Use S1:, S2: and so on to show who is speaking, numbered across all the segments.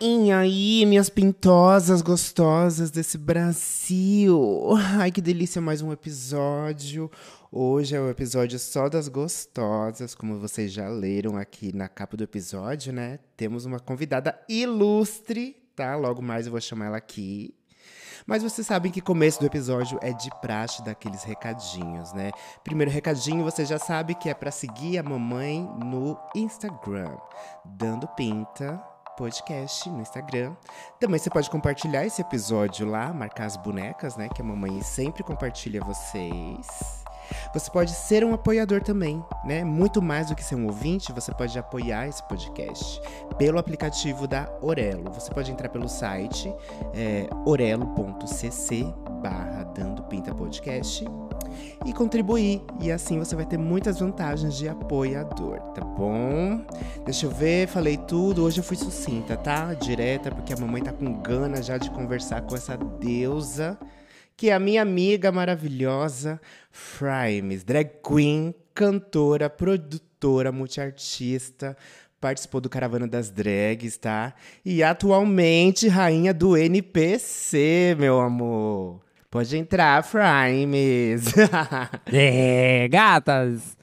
S1: E aí, minhas pintosas gostosas desse Brasil. Ai, que delícia mais um episódio. Hoje é o episódio só das gostosas, como vocês já leram aqui na capa do episódio, né? Temos uma convidada ilustre, tá? Logo mais eu vou chamar ela aqui. Mas vocês sabem que começo do episódio é de praxe daqueles recadinhos, né? Primeiro recadinho, você já sabe que é pra seguir a mamãe no Instagram, dando pinta podcast no Instagram. Também você pode compartilhar esse episódio lá, marcar as bonecas, né? Que a mamãe sempre compartilha vocês. Você pode ser um apoiador também, né? Muito mais do que ser um ouvinte, você pode apoiar esse podcast pelo aplicativo da Orelo. Você pode entrar pelo site é, orelo.cc barra Dando Pinta Podcast e contribuir. E assim você vai ter muitas vantagens de apoiador, tá bom? Deixa eu ver, falei tudo. Hoje eu fui sucinta, tá? Direta, porque a mamãe tá com gana já de conversar com essa deusa que é a minha amiga maravilhosa, Frimes, drag queen, cantora, produtora, multiartista, participou do Caravana das Drags, tá? E atualmente rainha do NPC, meu amor. Pode entrar, Frimes.
S2: É, gatas!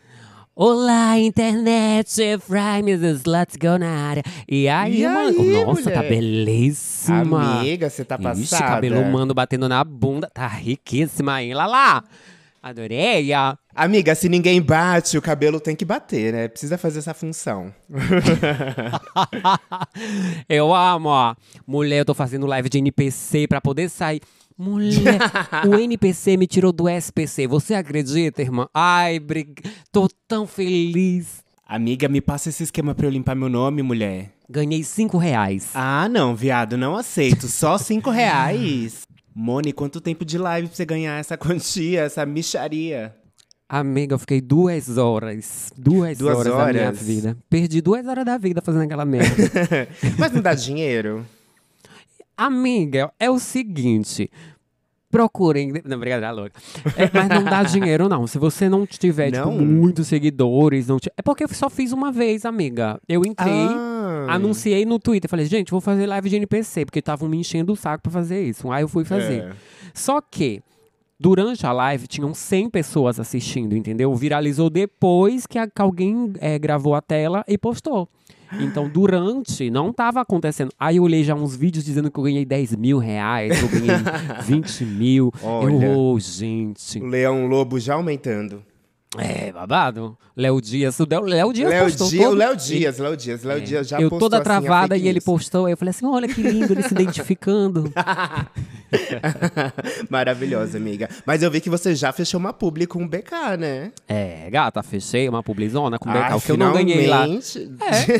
S2: Olá, internet! Frimes, let's go na área. E aí,
S1: E
S2: mano?
S1: aí,
S2: Nossa, tá
S1: mulher?
S2: belíssima!
S1: Amiga, você tá passada.
S2: Ixi, cabelo humano batendo na bunda. Tá riquíssima, hein? Lá, lá! Adorei! ó.
S1: Amiga, se ninguém bate, o cabelo tem que bater, né? Precisa fazer essa função.
S2: eu amo, ó. Mulher, eu tô fazendo live de NPC pra poder sair. Mulher, o NPC me tirou do SPC. Você acredita, irmã? Ai, brig... tô tão feliz.
S1: Amiga, me passa esse esquema pra eu limpar meu nome, mulher.
S2: Ganhei cinco reais.
S1: Ah, não, viado, não aceito. Só cinco reais. Mone, quanto tempo de live pra você ganhar essa quantia, essa micharia?
S2: Amiga, eu fiquei duas horas. Duas,
S1: Duas
S2: horas, da minha
S1: horas?
S2: vida. Perdi duas horas da vida fazendo aquela merda.
S1: Mas não dá dinheiro?
S2: Amiga, é o seguinte. Procurem. Não, obrigada, louca. É, mas não dá dinheiro, não. Se você não tiver, tipo,
S1: Não?
S2: muitos seguidores. Não ti- É porque eu só fiz uma vez, amiga. Eu entrei.
S1: Ah.
S2: Anunciei no Twitter, falei, gente, vou fazer live de NPC, porque estavam me enchendo o saco pra fazer isso. Aí eu fui fazer.
S1: É.
S2: Só que, durante a live, tinham 100 pessoas assistindo, entendeu? Viralizou depois que a- que alguém eh, gravou a tela e postou. Então, durante, não tava acontecendo. Aí eu olhei já uns vídeos dizendo que eu ganhei 10 mil reais, que eu ganhei 20 mil.
S1: Olha.
S2: Eu, oh, gente.
S1: O Leão Lobo já aumentando.
S2: É, babado. Léo Dias, o Léo- Léo Dias
S1: Léo
S2: postou
S1: Dias, o
S2: todo- É.
S1: Léo Dias, Léo Dias, Léo Dias já
S2: eu
S1: postou
S2: toda
S1: assim, a
S2: travada
S1: fake
S2: e ele
S1: news.
S2: postou. Aí eu falei assim: olha que lindo ele se identificando.
S1: Maravilhosa, amiga. Mas eu vi que você já fechou uma publi com o BK, né?
S2: é, gata, fechei uma publizona com BK.
S1: Ah,
S2: o que eu não ganhei lá.
S1: finalmente.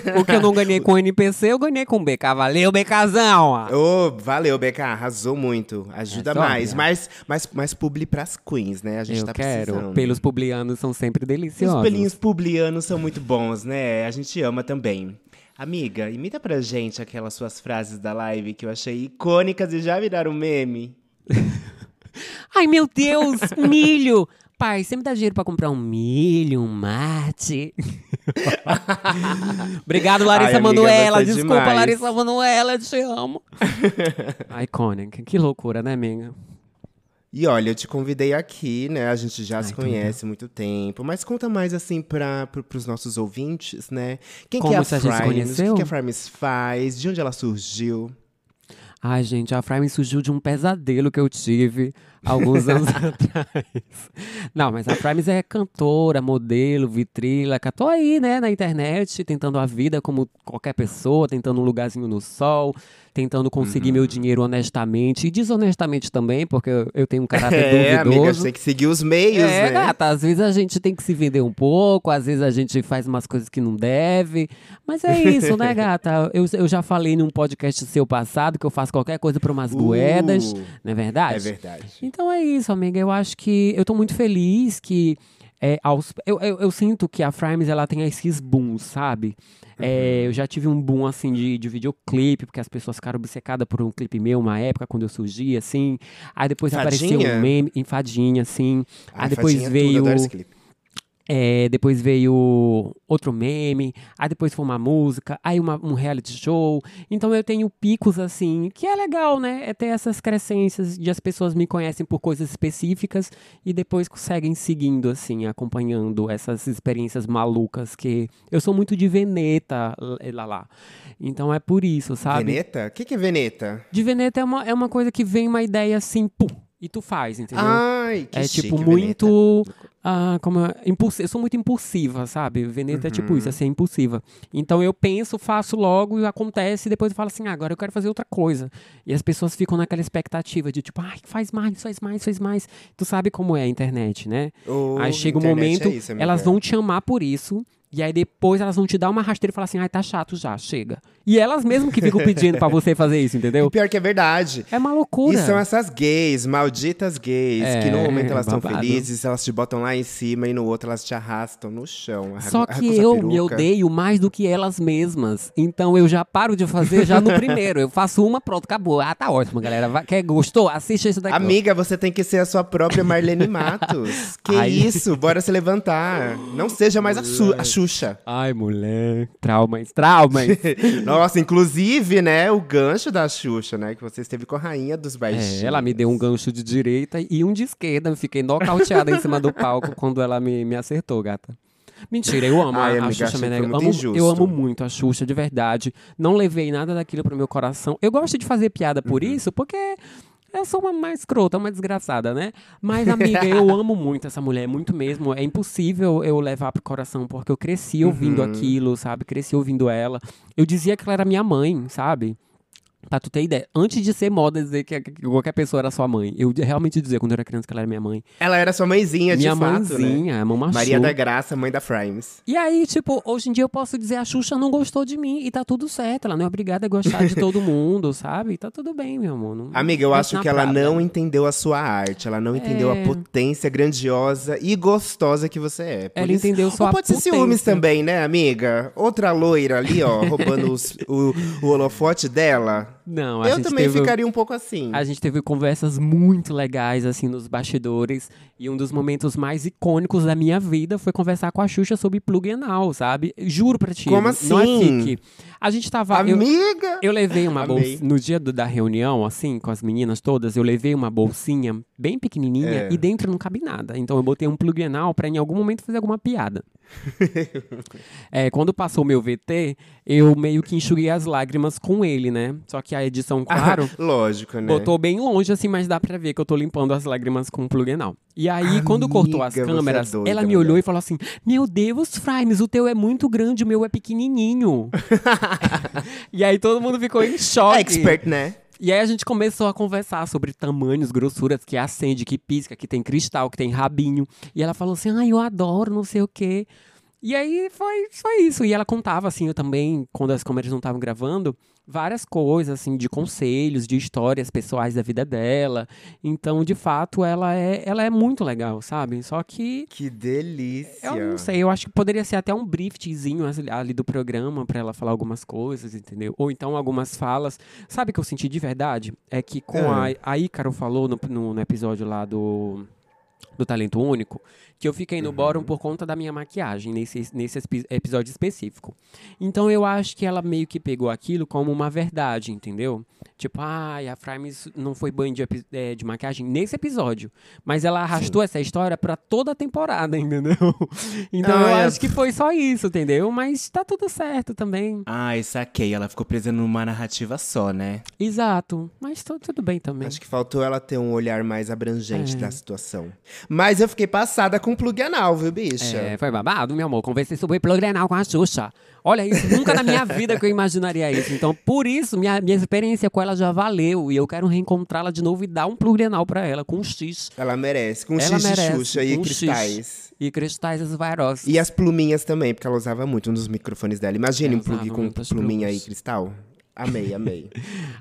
S2: É, o que eu não ganhei com o NPC, eu ganhei com o BK. Valeu, BKzão!
S1: Ô, valeu, BK, arrasou muito. Ajuda
S2: Arrasou,
S1: mais.
S2: viado.
S1: Mais, mais. Mais publi pras queens, né? A gente
S2: É, Eu
S1: tá
S2: quero.
S1: precisando.
S2: Pelos publianos são sempre
S1: Os
S2: deliciosos.
S1: pelinhos publianos são muito bons, né? A gente ama também. Amiga, imita pra gente aquelas suas frases da live que eu achei icônicas e já viraram meme.
S2: Ai, meu Deus! milho! Pai, sempre dá dinheiro pra comprar um milho, um mate. Obrigado, Larissa
S1: Ai, amiga,
S2: Manoela.
S1: você é
S2: Desculpa,
S1: demais.
S2: Larissa Manoela, eu te amo. Iconic. Que loucura, né, amiga?
S1: E olha, eu te convidei aqui, né? A gente já se
S2: tudo.
S1: conhece há muito tempo. Mas conta mais, assim, pra, pro, pros nossos ouvintes, né? Quem
S2: Como
S1: que é a
S2: se a gente se
S1: Frimes? O que
S2: conheceu?
S1: que a Frimes faz? De onde ela surgiu?
S2: Ai, gente, a Fry me surgiu de um pesadelo que eu tive alguns anos atrás. Não, mas a Frimes é cantora, modelo, vitrílaca. Tô aí, né, na internet, tentando a vida como qualquer pessoa, tentando um lugarzinho no sol, tentando conseguir
S1: Uhum.
S2: meu dinheiro honestamente e desonestamente também, porque eu- eu tenho um caráter
S1: É,
S2: duvidoso.
S1: amiga, você tem que seguir os meios,
S2: É,
S1: né?
S2: gata, às vezes a gente tem que se vender um pouco, às vezes a gente faz umas coisas que não deve. Mas é isso, né, gata? Eu, eu já falei num podcast seu passado que eu faço qualquer coisa por umas
S1: Uh,
S2: moedas, não é verdade?
S1: É verdade.
S2: Então é isso, amiga. Eu acho que eu tô muito feliz que. é, aos- eu, eu- eu sinto que a Frimes ela tem esses booms, sabe? É,
S1: Uhum.
S2: eu já tive um boom assim de, de videoclipe, porque as pessoas ficaram obcecadas por um clipe meu uma época, quando eu surgi, assim. Aí depois apareceu
S1: Fadinha?
S2: um meme em fadinha, assim.
S1: Ai,
S2: Aí depois
S1: Fadinha é tudo,
S2: veio.
S1: adoro esse clipe.
S2: É, depois veio outro meme, aí depois foi uma música, aí uma- um reality show. Então eu tenho picos assim, que é legal, né? É ter essas crescências de as pessoas me conhecem por coisas específicas e depois seguem seguindo, assim, acompanhando essas experiências malucas que eu sou muito de Veneta l- lá lá. Então é por isso, sabe?
S1: Veneta? O que, que é Veneta?
S2: De Veneta é uma, é uma coisa que vem uma ideia assim, pum, e tu faz, entendeu?
S1: Ah, Ai, que
S2: é
S1: chique,
S2: tipo
S1: Veneta.
S2: muito. ah, como é, impulsi- eu sou muito impulsiva, sabe? Veneta é
S1: Uhum.
S2: tipo isso, é ser impulsiva. Então eu penso, faço logo, e acontece, e depois eu falo assim, ah, agora eu quero fazer outra coisa. E as pessoas ficam naquela expectativa de tipo, ai, faz mais, faz mais, faz mais. Tu sabe como é a internet, né?
S1: Ô,
S2: aí chega um
S1: internet
S2: momento,
S1: é isso, amiga.
S2: elas vão te amar por isso. E aí depois elas vão te dar uma rasteira e falar assim, ai, tá chato já, chega. E elas mesmo que ficam pedindo pra você fazer isso,
S1: E
S2: entendeu?
S1: pior que é verdade.
S2: É uma loucura.
S1: E são essas gays, malditas gays,
S2: É,
S1: que no momento elas estão
S2: babado.
S1: felizes, elas te botam lá em cima e no outro elas te arrastam no chão. arrancam-
S2: Só
S1: arrancam
S2: que
S1: sua
S2: eu me
S1: tá peruca.
S2: odeio mais do que elas mesmas. Então eu já paro de fazer já no primeiro. Eu faço uma, pronto, acabou. Ah, tá ótimo, galera. Vai- Quer, gostou? Assiste isso daqui.
S1: Amiga, você tem que ser a sua própria Marlene Matos. que
S2: Ai.
S1: isso, bora se levantar. Não seja mais a, Su- a Xuxa.
S2: Ai, mulher. Traumas, traumas.
S1: Nossa, inclusive, né, o gancho da Xuxa, né, que você esteve com a rainha dos baixinhos.
S2: É, ela me deu um gancho de direita e um de esquerda. Eu fiquei nocauteada em cima do palco quando ela me, me acertou, gata. Mentira, eu amo
S1: Ai,
S2: a, a
S1: amiga,
S2: Xuxa
S1: achei que
S2: Meneghel.
S1: foi muito
S2: Amo-
S1: injusto.
S2: eu amo muito a Xuxa, de verdade. Não levei nada daquilo pro meu coração. Eu gosto de fazer piada por
S1: Uhum.
S2: isso, porque eu sou uma mais escrota, uma desgraçada, né? Mas, amiga, eu amo muito essa mulher, muito mesmo. É impossível eu levar pro coração, porque eu cresci
S1: Uhum.
S2: ouvindo aquilo, sabe? Cresci ouvindo ela. Eu dizia que ela era minha mãe, sabe? Pra tu ter ideia, antes de ser moda dizer que que qualquer pessoa era sua mãe, eu realmente dizia quando eu era criança que ela era minha mãe.
S1: Ela era sua mãezinha,
S2: minha
S1: de fato, né?
S2: mãezinha, a mamãe
S1: Maria da Graça, mãe da Frimes.
S2: E aí, tipo, hoje em dia eu posso dizer a Xuxa não gostou de mim e tá tudo certo. Ela não é obrigada a gostar de todo mundo, sabe? Tá tudo bem, meu amor. não-
S1: Amiga, eu
S2: Mas
S1: acho
S2: na
S1: que ela
S2: Prada. É.
S1: não entendeu a sua arte, ela não entendeu a potência grandiosa e gostosa que você é. Por
S2: Ela entendeu só
S1: Ou
S2: a
S1: pode ser ciúmes
S2: potência.
S1: também, né, amiga? Outra loira ali, ó, roubando os- o, o holofote dela.
S2: Não, a
S1: eu
S2: gente
S1: também
S2: teve...
S1: ficaria um pouco assim.
S2: A gente teve conversas muito legais, assim, nos bastidores. E um dos momentos mais icônicos da minha vida foi conversar com a Xuxa sobre plug and Now, sabe? Juro pra ti.
S1: Como
S2: Não é
S1: assim?
S2: fique. A gente tava. eu-
S1: Amiga!
S2: Eu levei uma
S1: Amei.
S2: bolsa. No dia do- da reunião, assim, com as meninas todas, eu levei uma bolsinha bem pequenininha
S1: É.
S2: e dentro não cabe nada. Então eu botei um plug anal pra em algum momento fazer alguma piada. É, quando passou o meu VT, eu meio que enxuguei as lágrimas com ele, né? Só que a edição, claro.
S1: Lógico, né?
S2: Botou bem longe, assim, mas dá pra ver que eu tô limpando as lágrimas com o plug anal. E aí, quando cortou as
S1: Amiga, você é
S2: câmeras,
S1: doida,
S2: ela me
S1: mulher.
S2: olhou e falou assim: Meu Deus, Frimes, o teu é muito grande, o meu é pequenininho. e aí todo mundo ficou em choque.
S1: Expert, né?
S2: E aí a gente começou a conversar sobre tamanhos, grossuras, que acende, que pisca, que tem cristal, que tem rabinho. E ela falou assim, ah, eu adoro, não sei o quê. E aí foi, foi isso. E ela contava, assim, eu também, quando as câmeras não estavam gravando, várias coisas, assim, de conselhos, de histórias pessoais da vida dela. Então, de fato, ela é, ela é muito legal, sabe? Só que...
S1: Que delícia.
S2: Eu não sei, eu acho que poderia ser até um briefzinho ali- ali do programa pra ela falar algumas coisas, entendeu? Ou então algumas falas. Sabe o que eu senti de verdade? É que com
S1: Ah.
S2: a, a Ícaro falou no, no- no episódio lá do, do Talento Único, que eu fiquei no bórum por conta da minha maquiagem, nesse, nesse espi- episódio específico. Então eu acho que ela meio que pegou aquilo como uma verdade, entendeu? Tipo, ai, a Frames não foi banho de, epi- eh, de maquiagem nesse episódio. Mas ela arrastou essa história pra toda a temporada, entendeu? Então eu
S1: Ah, é.
S2: acho que foi só isso, entendeu? Mas tá tudo certo também.
S1: Ai, saquei. Ela ficou presa numa narrativa só, né?
S2: Exato. Mas tá tudo bem também.
S1: Acho que faltou ela ter um olhar mais abrangente
S2: É.
S1: da situação. Mas eu fiquei passada com o plug anal, viu, bicha?
S2: É, foi babado, meu amor. Conversei sobre Plogrenal com a Xuxa. Olha isso, nunca na minha vida que eu imaginaria isso. Então, por isso, minha, minha experiência com ela já valeu. E eu quero reencontrá-la de novo e dar um Plogrenal pra ela, com um X.
S1: Ela merece, com um
S2: ela
S1: X de
S2: merece.
S1: Xuxa e
S2: um X.
S1: cristais.
S2: E cristais esvairosos.
S1: E é as pluminhas também, porque ela usava muito nos microfones dela. Imagine
S2: Ela
S1: um plug
S2: usava
S1: com
S2: muitas
S1: pluminha
S2: plumas.
S1: e cristal. Amei, amei.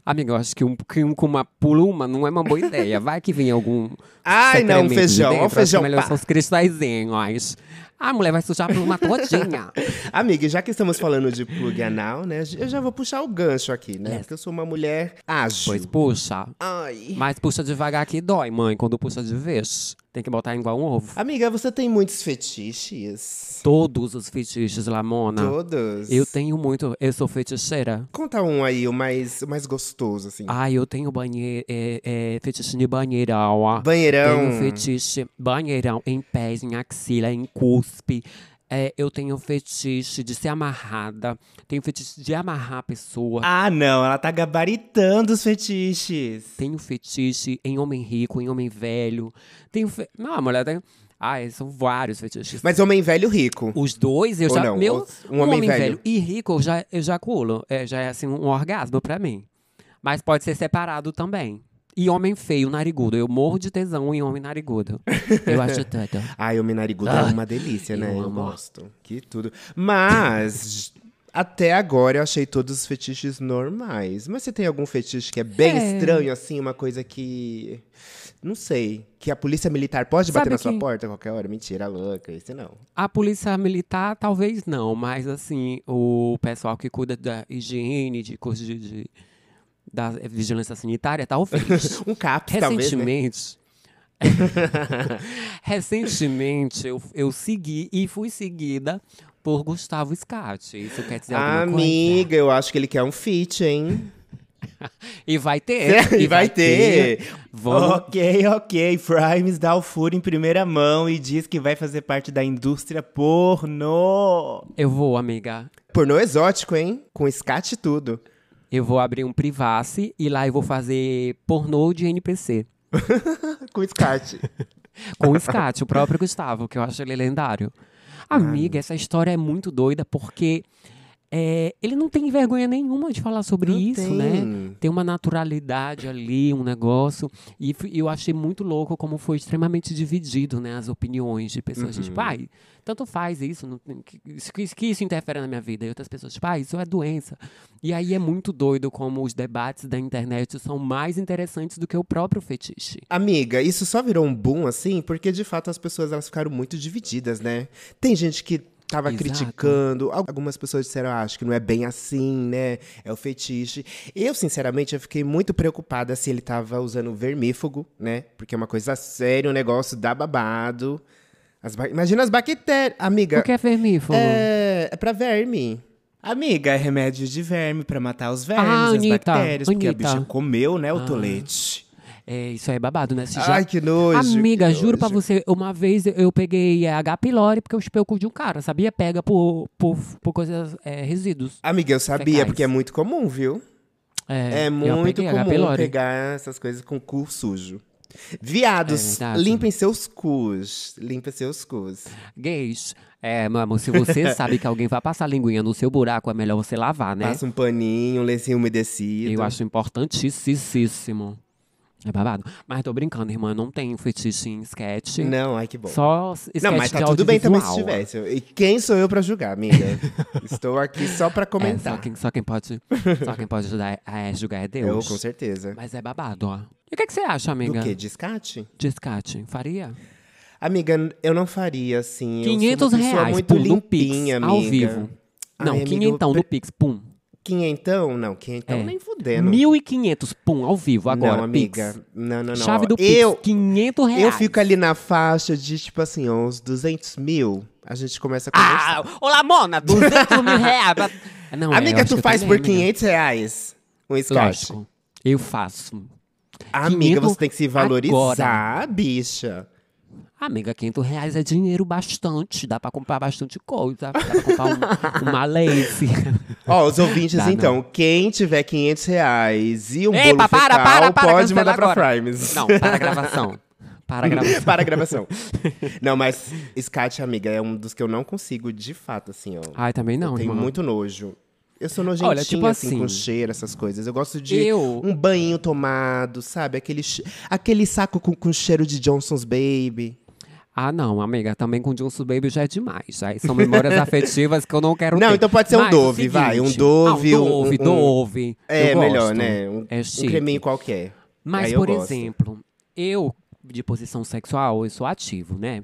S2: Amiga, eu acho que um, que um com uma pluma não é uma boa ideia. Vai que vem algum.
S1: Ai, não, um
S2: excremento de
S1: feijão,
S2: dentro.
S1: ó,
S2: Acho que é
S1: feijão,
S2: Melhor
S1: pá.
S2: são os cristalzinhos. A mulher vai sujar a pluma todinha.
S1: Amiga, já que estamos falando de plug anal, né? Eu já vou puxar o gancho aqui, né?
S2: Yes.
S1: Porque eu sou uma mulher ágil.
S2: pois puxa.
S1: Ai.
S2: Mas puxa devagar que dói, mãe, quando puxa de vez. Tem que botar igual um ovo.
S1: Amiga, você tem muitos fetiches?
S2: Todos os fetiches, Lamona.
S1: Todos?
S2: Eu tenho muito. Eu sou feiticeira.
S1: Conta um aí, o mais, o mais gostoso, assim.
S2: Ah, eu tenho banheiro, é, é, fetiche de banheirão. ó.
S1: Banheirão.
S2: Tenho um fetiche banheirão em pés, em axila, em cuspe. É, eu tenho fetiche de ser amarrada. Tenho fetiche de amarrar a pessoa.
S1: Ah, não, ela tá gabaritando os fetiches.
S2: Tenho fetiche em homem rico, em homem velho. Tenho. Fe... Não, a mulher tem. Ai, são vários fetiches.
S1: Mas homem velho rico.
S2: Os dois, eu
S1: Ou
S2: já.
S1: não,
S2: meu,
S1: ou- um homem velho.
S2: e rico, eu já ejaculo. É, já é assim um orgasmo pra mim. Mas pode ser separado também. E homem feio, narigudo. Eu morro de tesão em homem narigudo. Eu acho tanto.
S1: Ai, homem narigudo é
S2: Ah,
S1: uma delícia, né?
S2: eu
S1: Eu
S2: amo.
S1: gosto. Que tudo. Mas. Até agora eu achei todos os fetiches normais. Mas você tem algum fetiche que é bem
S2: É.
S1: estranho, assim, uma coisa que. Não sei. Que a polícia militar pode bater
S2: Sabe
S1: na
S2: que-
S1: sua porta a qualquer hora? Mentira, louca, isso não.
S2: A polícia militar, talvez não, mas assim, o pessoal que cuida da higiene, de coisas de, de- da vigilância sanitária, talvez.
S1: Um caps, talvez. né?
S2: Recentemente. Recentemente eu, eu segui e fui seguida por Gustavo Scatti. Isso quer dizer né, alguma coisa?
S1: Amiga, eu acho que ele quer um feat, hein?
S2: E É, vai ter.
S1: e vai ter. Oh.
S2: Vamos.
S1: Ok, ok. Primes dá o furo em primeira mão e diz que vai fazer parte da indústria pornô.
S2: Eu vou, amiga.
S1: Pornô exótico, hein? Com escate e tudo.
S2: Eu vou abrir um privacy e lá eu vou fazer pornô de NPC.
S1: Com escate.
S2: Com o Scatti, o próprio Gustavo, que eu acho ele lendário.
S1: Ah.
S2: Amiga, essa história é muito doida porque é, ele não tem vergonha nenhuma de falar sobre
S1: Não
S2: isso,
S1: tem.
S2: né? Tem uma naturalidade ali, um negócio. E f- eu achei muito louco como foi extremamente dividido, né? As opiniões de pessoas.
S1: Uhum.
S2: Tipo, ai, tanto faz isso, não tem- que, isso- que isso- que isso interfere na minha vida. E outras pessoas, tipo, ai, isso é doença. E aí é muito doido como os debates da internet são mais interessantes do que o próprio fetiche.
S1: Amiga, isso só virou um boom, assim, porque de fato as pessoas elas ficaram muito divididas, né? Tem gente que tava
S2: Exato.
S1: criticando, al- algumas pessoas disseram, ah, acho que não é bem assim, né? É o fetiche. Eu, sinceramente, eu fiquei muito preocupada se ele tava usando vermífugo, né? Porque é uma coisa séria, um negócio dá babado. As ba- Imagina as bactérias. Amiga,
S2: O que é vermífugo?
S1: é... é pra verme. Amiga, é remédio de verme pra matar os vermes,
S2: Ah,
S1: as
S2: Anitta,
S1: bactérias, porque a
S2: Anitta. Ah.
S1: bicha comeu, né, o tolete.
S2: É, isso aí é babado, né? Se já-
S1: Ai, que nojo.
S2: Amiga,
S1: que
S2: juro pra
S1: nojo.
S2: você, uma vez eu peguei é, H. pylori porque eu chupei o cu de um cara, sabia? Pega por, por, por coisas, é, resíduos.
S1: Amiga, eu sabia,
S2: Fecais.
S1: porque é muito comum, viu? É,
S2: eu
S1: muito
S2: peguei H.
S1: comum
S2: pylori.
S1: pegar essas coisas com cu sujo. Viados,
S2: É verdade.
S1: limpem seus cus. Limpem seus cus.
S2: Gays. É, mamo, se você sabe que alguém vai passar linguinha no seu buraco, é melhor você lavar, né?
S1: Passa um paninho, um lencinho umedecido.
S2: Eu acho importantíssimo. É babado. Mas tô brincando, irmã, eu não tenho fetiche em sketch.
S1: Não, ai que bom.
S2: Só sketch
S1: Não, mas tá
S2: de É,
S1: tudo bem também se
S2: audiovisual.
S1: tivesse. E quem sou eu pra julgar, amiga? Estou aqui só pra
S2: É, só,
S1: comentar.
S2: quem, só quem pode, só quem pode ajudar a julgar é
S1: Eu,
S2: Deus.
S1: com certeza.
S2: Mas é babado, ó. E o que, que você acha, amiga?
S1: Do que? Descate?
S2: Descarte. Faria?
S1: Amiga, eu não faria assim. Eu sou uma
S2: 500
S1: pessoa
S2: reais,
S1: muito
S2: pum, no
S1: limpinha,
S2: Pix,
S1: amiga.
S2: ao vivo.
S1: Ai,
S2: Não,
S1: amiga, eu
S2: quinhentão no Pix, pum.
S1: Quinhentão? Não, quinhentão
S2: É.
S1: nem fudendo.
S2: 1.500, pum, ao vivo, agora,
S1: não, amiga.
S2: Pix.
S1: Não, não, não.
S2: Chave
S1: ó.
S2: do Pix,
S1: eu,
S2: 500 reais.
S1: eu fico ali na faixa de, tipo assim, ó, uns 200 mil. A gente começa a conversar.
S2: Ah, olá, Mona, 200 mil reais. pra- Não, é, eu
S1: amiga,
S2: acho
S1: tu
S2: que
S1: faz
S2: também,
S1: por
S2: amiga.
S1: 500 reais um escate.
S2: Lógico, eu faço.
S1: Amiga,
S2: 500
S1: você tem que se valorizar,
S2: agora.
S1: bicha.
S2: Amiga, 500 reais é dinheiro bastante. Dá pra comprar bastante coisa. Dá pra comprar um, uma lace.
S1: Ó, os ouvintes,
S2: Dá, não.
S1: então, quem tiver 500 reais e um
S2: Ei,
S1: bolo
S2: pa- para,
S1: fecal,
S2: para, para,
S1: pode
S2: cancela
S1: mandar pra
S2: agora.
S1: Primes.
S2: Não, para a gravação. Para a gravação.
S1: para a gravação. Não, mas Scat, amiga, é um dos que eu não consigo, de fato, assim, ó.
S2: Ai, também não,
S1: eu tenho
S2: irmã.
S1: muito nojo. Eu sou nojentinha,
S2: Olha, tipo
S1: assim,
S2: assim,
S1: com cheiro, essas coisas. Eu gosto de
S2: eu-
S1: um banho tomado, sabe? Aquele, che- aquele saco com, com cheiro de Johnson's Baby.
S2: Ah, não, amiga, também com Johnson Baby já é demais. Aí são memórias afetivas que eu não quero
S1: Não,
S2: ter.
S1: então pode ser um
S2: Mas é o
S1: Dove, vai, um
S2: seguinte-
S1: Dove,
S2: ah, um
S1: um-
S2: Dove,
S1: um-
S2: Dove.
S1: É,
S2: eu
S1: melhor,
S2: gosto.
S1: né? Um,
S2: É
S1: um
S2: chique.
S1: creminho qualquer.
S2: Mas,
S1: Aí eu
S2: por
S1: gosto.
S2: exemplo, eu, de posição sexual, eu sou ativo, né?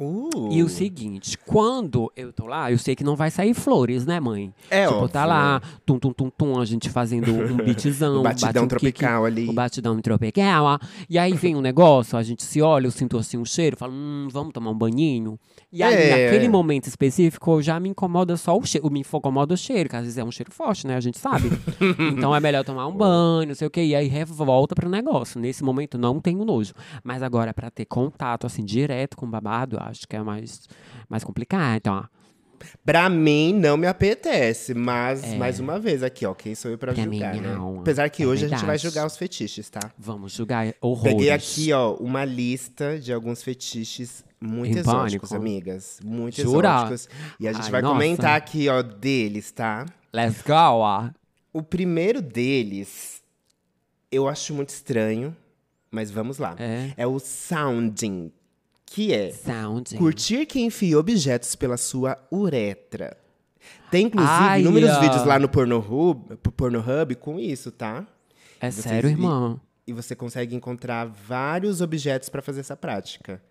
S1: Uh.
S2: E o seguinte, quando eu tô lá, eu sei que não vai sair flores, né, mãe?
S1: É
S2: tipo,
S1: óbvio.
S2: tá lá, tum, tum, tum, tum, a gente fazendo um beatzão.
S1: O batidão
S2: bate um
S1: tropical
S2: kick,
S1: ali.
S2: O batidão tropical. ó. E aí vem um negócio, a gente se olha, eu sinto assim um cheiro, falo, hum, vamos tomar um banhinho. E aí,
S1: É.
S2: naquele momento específico, eu já me incomoda só o cheiro. Me incomoda o cheiro, que às vezes é um cheiro forte, né? A gente sabe. então é melhor tomar um banho, não sei o quê. E aí revolta pro negócio. Nesse momento não tenho nojo. Mas agora, pra ter contato, assim, direto com o babado, eu acho que é mais, mais complicado. Então, ó,
S1: Pra mim, não me apetece, mas, mais uma vez, aqui, ó, quem sou eu pra
S2: É. Pra
S1: julgar,
S2: mim,
S1: né?
S2: não.
S1: Apesar que
S2: É
S1: hoje a gente vai
S2: verdade.
S1: julgar os fetiches, tá?
S2: vamos julgar horrores.
S1: Peguei aqui, ó, uma lista de alguns fetiches muito
S2: Em
S1: exóticos,
S2: pânico?
S1: amigas. Muito
S2: né? Jura?
S1: exóticos. E a gente
S2: Ai,
S1: vai
S2: nossa.
S1: comentar aqui, ó, deles, tá?
S2: Let's go, ó.
S1: O primeiro deles, eu acho muito estranho, mas vamos lá.
S2: É.
S1: o sounding, que é
S2: Sound.
S1: curtir que enfia objetos pela sua uretra. Tem, inclusive,
S2: Ai, ah.
S1: inúmeros
S2: ó.
S1: vídeos lá no Pornhub, Pornhub com isso, tá?
S2: É
S1: Vocês-
S2: sério, irmão?
S1: E você consegue encontrar vários objetos pra fazer essa prática.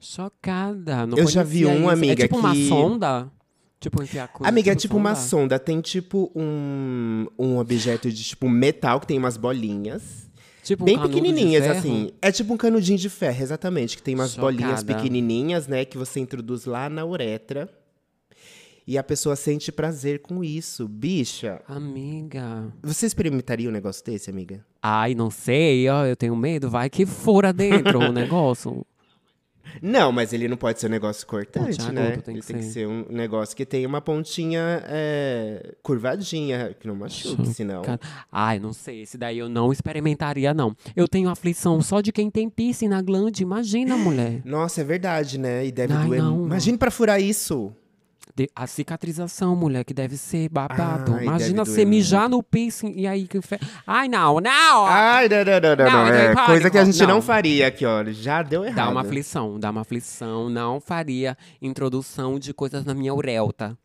S2: Chocada. Não
S1: Eu já vi
S2: conhecia
S1: um,
S2: isso.
S1: amiga,
S2: É tipo uma
S1: que-
S2: sonda? Tipo, enfiar coisa
S1: Amiga, é tipo uma
S2: sonda?
S1: sonda. Tem tipo um, um objeto de tipo metal que tem umas bolinhas.
S2: Tipo um
S1: bem
S2: canudo de
S1: pequenininhas,
S2: ferro?
S1: assim. É tipo um canudinho de ferro, exatamente. Que tem umas
S2: Chocada.
S1: bolinhas pequenininhas, né? Que você introduz lá na uretra. E a pessoa sente prazer com isso. Bicha,
S2: Amiga.
S1: você experimentaria um negócio desse, amiga?
S2: Ai, não sei, ó, eu tenho medo. Vai que fura dentro o negócio.
S1: Não, mas ele não pode ser um negócio cortante,
S2: Ponte
S1: né?
S2: agudo, tem
S1: ele
S2: que
S1: tem que
S2: ser.
S1: ser um negócio que tem uma pontinha é, curvadinha, que não machuque, senão.
S2: Cara, Ai, não sei, esse daí eu não experimentaria, não. Eu tenho aflição só de quem tem piercing na glande, imagina, mulher.
S1: Nossa, é verdade, né? E deve
S2: Ai,
S1: doer.
S2: não.
S1: Imagina pra furar isso.
S2: De- a cicatrização, mulher, que deve ser babado.
S1: Ai,
S2: imagina
S1: deve
S2: você
S1: doer
S2: mijar no piercing e aí que... fe- Ai, não, não!
S1: Ai, não, não, não, não,
S2: Não,
S1: não.
S2: eu
S1: É
S2: tenho
S1: coisa que a
S2: pânico.
S1: gente não.
S2: Não.
S1: faria aqui, ó. Já deu errado.
S2: Dá uma aflição, dá uma aflição. Não faria introdução de coisas na minha urelta.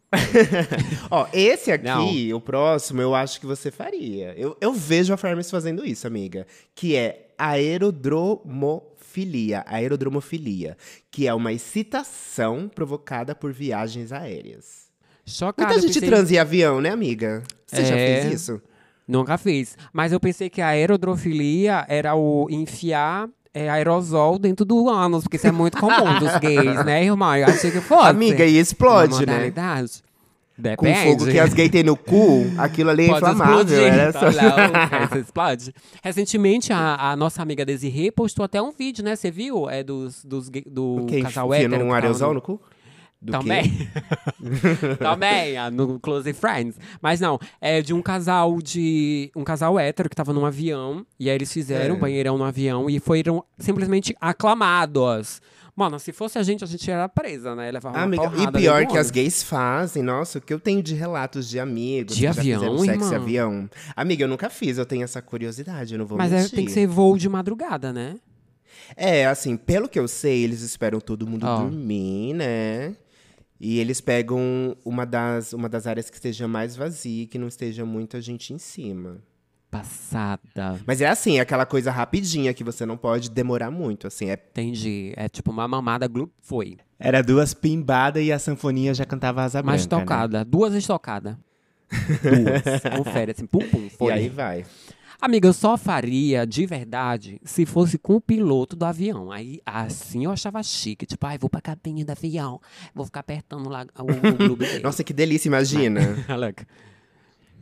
S1: Ó, esse aqui, o próximo, eu acho que você faria. Eu, eu vejo a Farms fazendo isso, amiga. Que é aerodromofilia. Aerodromofilia. Que é uma excitação provocada por viagens aéreas.
S2: Chocada.
S1: Muita gente
S2: pensei-
S1: transa em avião, né, amiga? Você já
S2: É.
S1: fez isso?
S2: Nunca fiz. Mas eu pensei que a aerodrofilia era o enfiar é, aerosol dentro do ânus, porque isso é muito comum dos gays, né, irmã? Eu achei que fosse.
S1: Amiga, e
S2: Uma
S1: explode, né?
S2: modalidade.
S1: Com
S2: Depende.
S1: o fogo que as gays têm no cu, aquilo ali é
S2: Pode
S1: inflamável.
S2: explodir,
S1: era
S2: tá
S1: só-
S2: lá, o- é, explode. Recentemente, a, a nossa amiga Desirê postou até um vídeo, né? Você viu? É dos, dos, gay- do
S1: Quem
S2: casal
S1: enfia
S2: hétero. que
S1: num
S2: tava
S1: aerosol
S2: no-
S1: no cu? Do quê?
S2: Também. Também, ah, no Close Friends. Mas não, é de um casal de. Um casal hétero que tava num avião. E aí eles fizeram
S1: É.
S2: um banheirão no avião e foram simplesmente aclamados. Mano, se fosse a gente, a gente era presa, né? Levava uma
S1: Amiga, e
S2: porrada
S1: pior
S2: dentro do
S1: que as
S2: ônibus.
S1: gays fazem, nossa, o que eu tenho de relatos de amigos
S2: De
S1: que já
S2: avião,
S1: fizeram sexo em
S2: irmã?
S1: avião. Amiga, eu nunca fiz, eu tenho essa curiosidade, eu não vou
S2: Mas é-
S1: mentir.
S2: tem que ser voo de madrugada, né?
S1: É, assim, pelo que eu sei, eles esperam todo mundo
S2: Ó.
S1: dormir, né? E eles pegam uma das, uma das áreas que esteja mais vazia, e que não esteja muita gente em cima.
S2: Passada.
S1: Mas é assim, é aquela coisa rapidinha que você não pode demorar muito, assim, é
S2: Entendi. É tipo uma mamada glu foi.
S1: Era duas pimbadas e a sanfoninha já cantava asa
S2: Uma
S1: branca, né?
S2: estocada. Duas estocadas. Duas. Confere, assim, pum, pum, foi.
S1: E aí vai.
S2: Amiga, eu só faria de verdade se fosse com o piloto do avião. Aí assim eu achava chique. Tipo, ai, vou pra cabine do avião. Vou ficar apertando lá o, o globo dele.
S1: Nossa, que delícia, imagina.
S2: Aleca.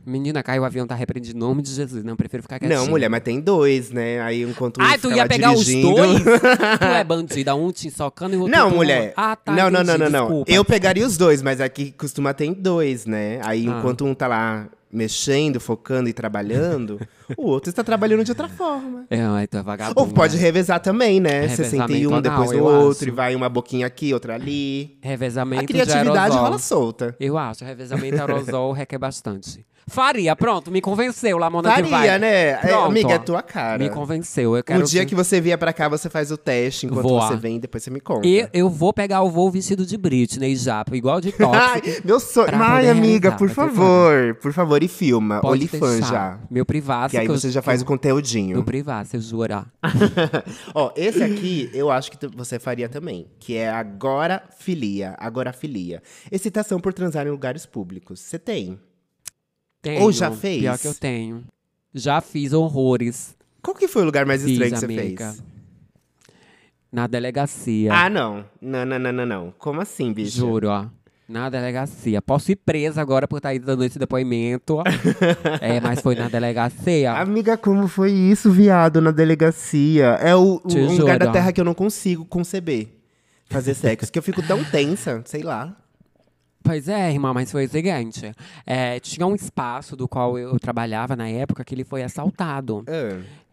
S2: Menina, caiu o avião, tá repreendido. Em nome de Jesus. Não, eu prefiro ficar quietinho.
S1: Não, mulher, mas tem dois, né? Aí enquanto um
S2: Ai, tu
S1: fica
S2: ia
S1: lá
S2: pegar
S1: dirigindo...
S2: os dois? tu é bandida, um te socando e o outro...
S1: Não,
S2: tu-
S1: mulher.
S2: Ah, tá,
S1: não, não, não, não,
S2: entendi,
S1: não.
S2: desculpa.
S1: Eu pegaria os dois, mas aqui costuma ter dois, né? Aí
S2: Ah.
S1: enquanto um tá lá mexendo, focando e trabalhando, o outro está trabalhando de outra forma.
S2: É, ai, tu é vagabundo.
S1: Ou pode revezar também, né? Você senta em
S2: Revezamento
S1: um,
S2: anal,
S1: depois no
S2: eu
S1: outro,
S2: acho.
S1: e vai uma boquinha aqui, outra ali.
S2: Revezamento
S1: A
S2: de
S1: criatividade
S2: aerosol.
S1: rola solta.
S2: Eu acho, revezamento aerosol requer bastante. Faria, pronto, me convenceu, Lamona
S1: Faria,
S2: Divine.
S1: né? É,
S2: Pronto,
S1: amiga,
S2: ó.
S1: é tua cara.
S2: Me convenceu, eu quero
S1: o dia que... você vier pra cá, você faz o teste enquanto
S2: Voar.
S1: você vem, depois você me conta.
S2: E eu vou pegar o voo vestido de Britney já, igual de
S1: Ai,
S2: Tóxico.
S1: meu sonho.
S2: pra
S1: Ai,
S2: poder
S1: amiga,
S2: realizar,
S1: por
S2: vai ter
S1: favor. Por favor, e filma.
S2: Pode
S1: Olifan
S2: deixar.
S1: já.
S2: Meu privado.
S1: Que aí você já faz o Ah,
S2: No
S1: conteúdinho.
S2: privado, se eu jurar.
S1: Ó, esse aqui eu acho que tu- você faria também. Que é agora filia. Agora filia. Excitação por transar em lugares públicos. Você tem.
S2: Tenho,
S1: Ou já fez?
S2: Pior que eu tenho. Já fiz horrores
S1: Qual que foi o lugar mais
S2: Fiz,
S1: estranho que você
S2: amiga.
S1: fez?
S2: na delegacia.
S1: Ah, não. Não, não, não, não, não. Como assim, bicho?
S2: Juro, ó. Na delegacia. Posso ir presa agora por estar aí dando esse depoimento. é, mas foi na delegacia.
S1: Amiga, como foi isso, viado, na delegacia? É o, o-
S2: Te
S1: um lugar da
S2: juro.
S1: terra que eu não consigo conceber. Fazer sexo. que eu fico tão tensa, sei lá.
S2: Pois é, irmã, mas foi o seguinte. É, tinha um espaço do qual eu trabalhava na época que ele foi assaltado.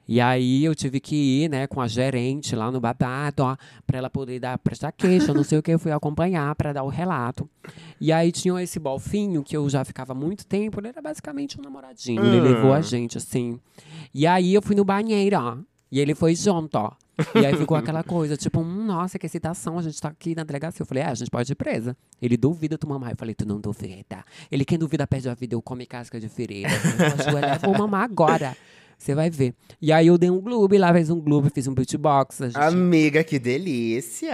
S2: E aí eu tive que ir, né, com a gerente lá no babado, ó, pra ela poder dar, prestar queixa, não sei o que, eu fui acompanhar pra dar o relato. E aí tinha esse bolfinho que eu já ficava muito tempo, ele era basicamente um namoradinho, ele
S1: Ah.
S2: levou a gente, assim. E aí eu fui no banheiro, ó, e ele foi junto, ó. E aí ficou aquela coisa, tipo, hum, nossa, que excitação, a gente tá aqui na delegacia. Eu falei, é, a gente pode ir presa. Ele duvida tu mamar. Eu falei, tu não duvida. Ele, quem duvida perde a vida, eu come casca de ferida. Eu ajoelhar, vou mamar agora. Você vai ver. E aí eu dei um gloob, lá fez um gloob, fiz um beatbox. A gente
S1: Ah. Amiga, que delícia.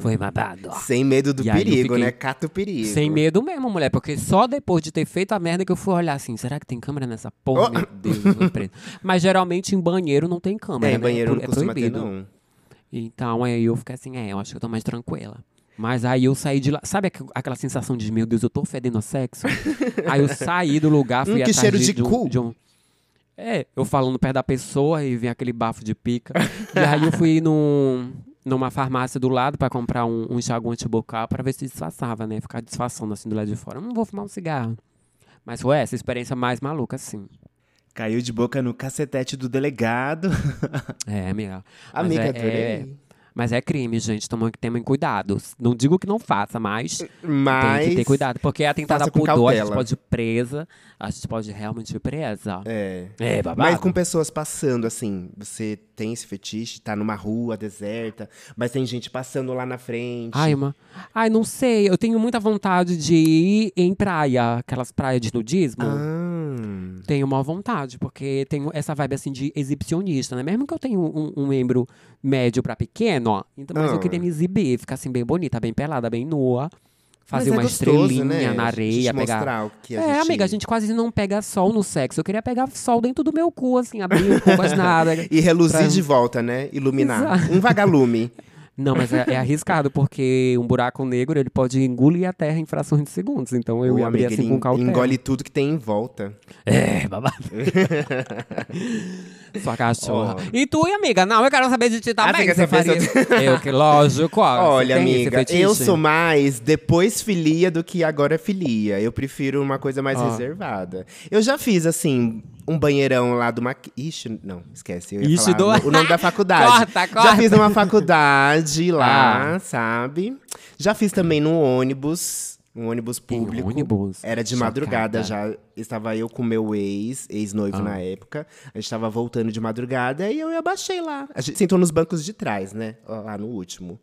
S2: foi babado.
S1: Sem medo do
S2: Ah. E aí eu
S1: perigo,
S2: fiquei-
S1: né? Cata o perigo.
S2: Sem medo mesmo, mulher. Porque só depois de ter feito a merda que eu fui olhar assim, será que tem câmera nessa porra?
S1: Oh.
S2: Meu Deus, eu fui preso. Mas geralmente em banheiro não tem câmera,
S1: É,
S2: né?
S1: banheiro
S2: Pro-
S1: não costuma ter, não.
S2: Então aí eu fiquei assim, é, eu acho que eu tô mais tranquila. Mas aí eu saí de lá. Sabe aqu- aquela sensação de, meu Deus, eu tô fedendo a sexo? aí eu saí do lugar, fui
S1: Hum, que
S2: atrás
S1: cheiro de
S2: um-
S1: cu.
S2: um- É, eu falando perto da pessoa e vem aquele bafo de pica. e aí eu fui num, numa farmácia do lado pra comprar um, um enxaguante bucal pra ver se disfarçava, né? Ficar disfarçando assim do lado de fora. Não vou fumar um cigarro. Mas foi essa a experiência mais maluca, assim.
S1: Caiu de boca no cacetete do delegado.
S2: É, amiga. Mas
S1: Amiga,
S2: é-
S1: adorei.
S2: é- Mas é crime, gente. Tomem, tomem cuidado. Não digo que não faça, mas,
S1: Mas...
S2: tem que ter cuidado. Porque é atentado
S1: faça
S2: a
S1: com
S2: pudor, a gente
S1: cautela.
S2: pode ir presa. A gente pode realmente ir presa.
S1: É.
S2: É, babado.
S1: Mas com pessoas passando, assim, você tem esse fetiche, tá numa rua deserta, mas tem gente passando lá na frente.
S2: Ai, ma... Ai, não sei. Eu tenho muita vontade de ir em praia. Aquelas praias de nudismo.
S1: Ah.
S2: Tenho uma vontade, porque tenho essa vibe assim de exibicionista, né? Mesmo que eu tenha um, um membro médio pra pequeno, ó. Então, mas
S1: Ah.
S2: eu queria me exibir, ficar assim bem bonita, bem pelada, bem nua. Fazer
S1: Mas é
S2: uma
S1: gostoso,
S2: estrelinha
S1: né?
S2: na areia,
S1: Te
S2: pegar
S1: mostrar o que a
S2: é,
S1: gente-
S2: amiga, a gente quase não pega sol no sexo. Eu queria pegar sol dentro do meu cu, assim, abrir o cu, mas nada.
S1: E reluzir
S2: Pra-
S1: de volta, né? Iluminar. Um vagalume.
S2: Não, mas é, é arriscado, porque um buraco negro, ele pode engolir a terra em frações de segundos. Então eu
S1: Ô,
S2: ia abrir
S1: amiga,
S2: assim
S1: ele
S2: com cautela.
S1: Engole tudo que tem em volta.
S2: É, babado. Sua cachorra.
S1: Ó.
S2: E tu, e amiga? Não, eu quero saber de ti também.
S1: Amiga, você
S2: você faria.
S1: pensa-
S2: Eu que, lógico. ó,
S1: Olha,
S2: você tem esse
S1: amiga,
S2: fetiche?
S1: eu sou mais depois filia do que agora é filia. Eu prefiro uma coisa mais
S2: Ó.
S1: reservada. Eu já fiz, assim, um banheirão lá do Maqui... Ixi, não, esquece. Eu ia
S2: Ixi,
S1: falar
S2: do-
S1: o nome da faculdade.
S2: Corta,
S1: Já
S2: corta. Ah.
S1: fiz numa faculdade lá, sabe? Já fiz também num ônibus, um ônibus
S2: Em
S1: público.
S2: ônibus.
S1: Era de
S2: Chocada. Ah.
S1: madrugada já. Estava eu com meu ex, ex-noivo na época. A gente estava voltando de madrugada e eu me abaixei lá. A gente sentou nos bancos de trás, né? Lá no último.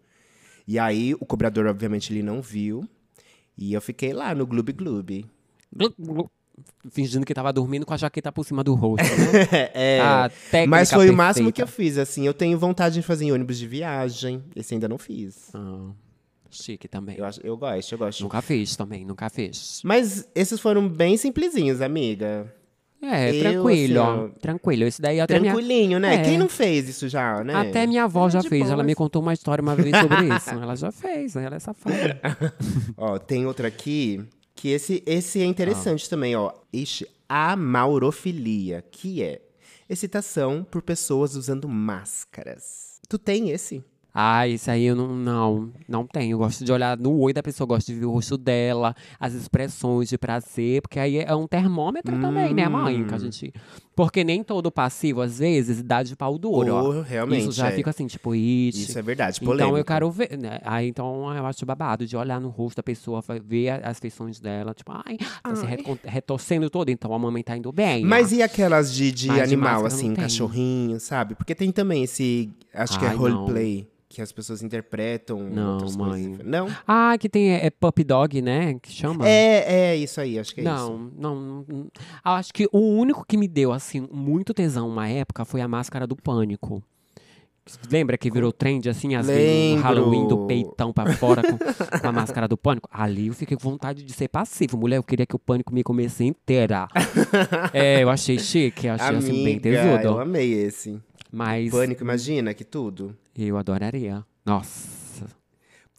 S1: E aí, o cobrador, obviamente, ele não viu. E eu fiquei lá no Gloob Gloob.
S2: Glu- glu- Fingindo que tava dormindo com a jaqueta por cima do rosto. né?
S1: é.
S2: A técnica
S1: Mas foi o máximo que eu
S2: perfeita.
S1: fiz, assim. Eu tenho vontade de fazer em ônibus de viagem. Esse ainda não fiz.
S2: Ah, chique também.
S1: Eu, acho, eu gosto, eu gosto.
S2: Nunca fiz também, nunca fiz.
S1: Mas esses foram bem simplesinhos, amiga.
S2: É,
S1: Eu,
S2: tranquilo,
S1: assim,
S2: ó. tranquilo. Esse daí até minha,
S1: Tranquilinho, né?
S2: É.
S1: Quem não fez isso já, né?
S2: até minha avó
S1: É,
S2: já
S1: de
S2: fez. Ela
S1: boas.
S2: me contou uma história uma vez sobre isso. Ela já fez, ela é safada.
S1: Ó, tem outro aqui que esse, esse é interessante também, ó. Ixi, amaurofilia, que é excitação por pessoas usando máscaras. Tu tem esse?
S2: Ah, isso aí eu não, não, não tenho. Eu gosto de olhar no olho da pessoa, gosto de ver o rosto dela, as expressões de prazer, porque aí é um termômetro também, né, mãe?
S1: Hum.
S2: Que a gente... Porque nem todo passivo, às vezes, dá de pau duro, ó.
S1: Ou realmente.
S2: Isso já
S1: é.
S2: fica assim, tipo, it.
S1: Isso é verdade, polêmico.
S2: então eu quero ver, né? Aí então eu acho babado de olhar no rosto da pessoa, fa- ver a- as feições dela, tipo, ai, tá se
S1: Ai.
S2: recon- retorcendo toda, então a mamãe tá indo bem.
S1: Mas e aquelas de, de
S2: Mas de
S1: animal,
S2: máscara
S1: assim,
S2: não tem.
S1: cachorrinho, sabe? Porque tem também esse. Acho que é
S2: Ai, não.
S1: roleplay. Que as pessoas interpretam
S2: Não,
S1: outras
S2: mãe.
S1: coisas. Não?
S2: Ah, que tem é, é puppy dog, né? Que chama?
S1: É, é isso aí, acho que é isso.
S2: não, não, não, não. Ah, Acho que o único que me deu, assim, muito tesão uma época foi a máscara do pânico. Lembra que virou trend, assim, as
S1: Lembro.
S2: o Halloween do peitão pra fora com, com a máscara do pânico? Ali eu fiquei com vontade de ser passivo. Mulher, eu queria que o pânico me comesse inteira. é, eu achei chique, achei assim bem
S1: Amiga, eu
S2: tesudo.
S1: amei esse.
S2: Mas
S1: Pânico, imagina, que tudo.
S2: eu adoraria. Nossa.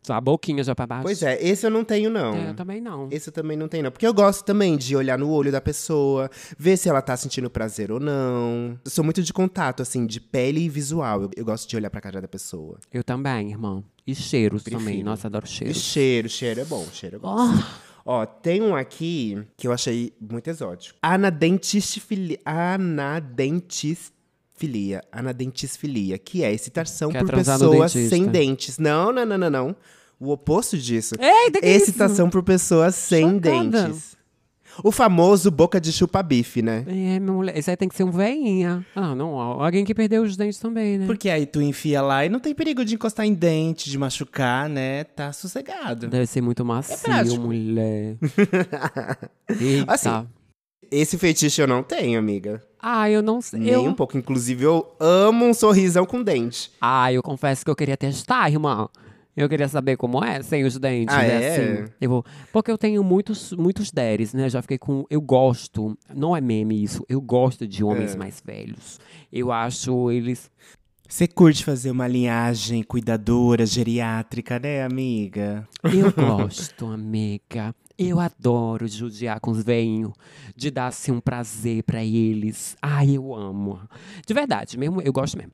S2: Só a boquinha já pra baixo.
S1: Pois é, esse eu não tenho, não.
S2: É, eu também não.
S1: Esse eu também não tenho, não. Porque eu gosto também de olhar no olho da pessoa, ver se ela tá sentindo prazer ou não. Eu sou muito de contato, assim, de pele e visual. Eu, eu gosto de olhar pra cara da pessoa.
S2: Eu também, irmão. E cheiros também.
S1: Prefiro.
S2: Nossa, adoro
S1: E
S2: cheiros.
S1: cheiro, cheiro é bom, cheiro é bom.
S2: Ah.
S1: Ó, tem um aqui que eu achei muito exótico. Anadentistifilia. Anadentistifilia. Anadentistifilia, que é excitação
S2: Quer
S1: por
S2: transar no
S1: pessoas
S2: dentista.
S1: sem dentes. Não, não, não, não, não. O oposto disso.
S2: Ei, tem que
S1: excitação por pessoas sem
S2: Chocada.
S1: dentes. O famoso boca de chupa-bife, né?
S2: É, minha mulher. Isso aí tem que ser um veinha. Ah, não. al- Alguém que perdeu os dentes também, né?
S3: Porque aí tu enfia lá e não tem perigo de encostar em dente, de machucar, né? Tá sossegado.
S2: Deve ser muito
S1: É
S2: macio,
S3: prático.
S2: mulher. Eita.
S1: Assim. Esse feitiço eu não tenho, amiga.
S2: Ah, eu não sei.
S1: Nem
S2: Eu...
S1: um pouco. Inclusive, eu amo um sorrisão com dente.
S2: Ah, eu confesso que eu queria testar, irmão. Eu queria saber como é sem os dentes,
S1: Ah,
S2: né?
S1: é?
S2: Assim, eu vou... Porque eu tenho muitos, muitos deres, né? Já fiquei com. Eu gosto. Não é meme isso. Eu gosto de homens
S1: É.
S2: mais velhos. Eu acho eles.
S3: Você curte fazer uma linhagem cuidadora, geriátrica, né, amiga?
S2: Eu gosto, amiga. Eu adoro judiar com os veinhos, de dar assim um prazer pra eles. Ai, eu amo. De verdade, mesmo, eu gosto mesmo.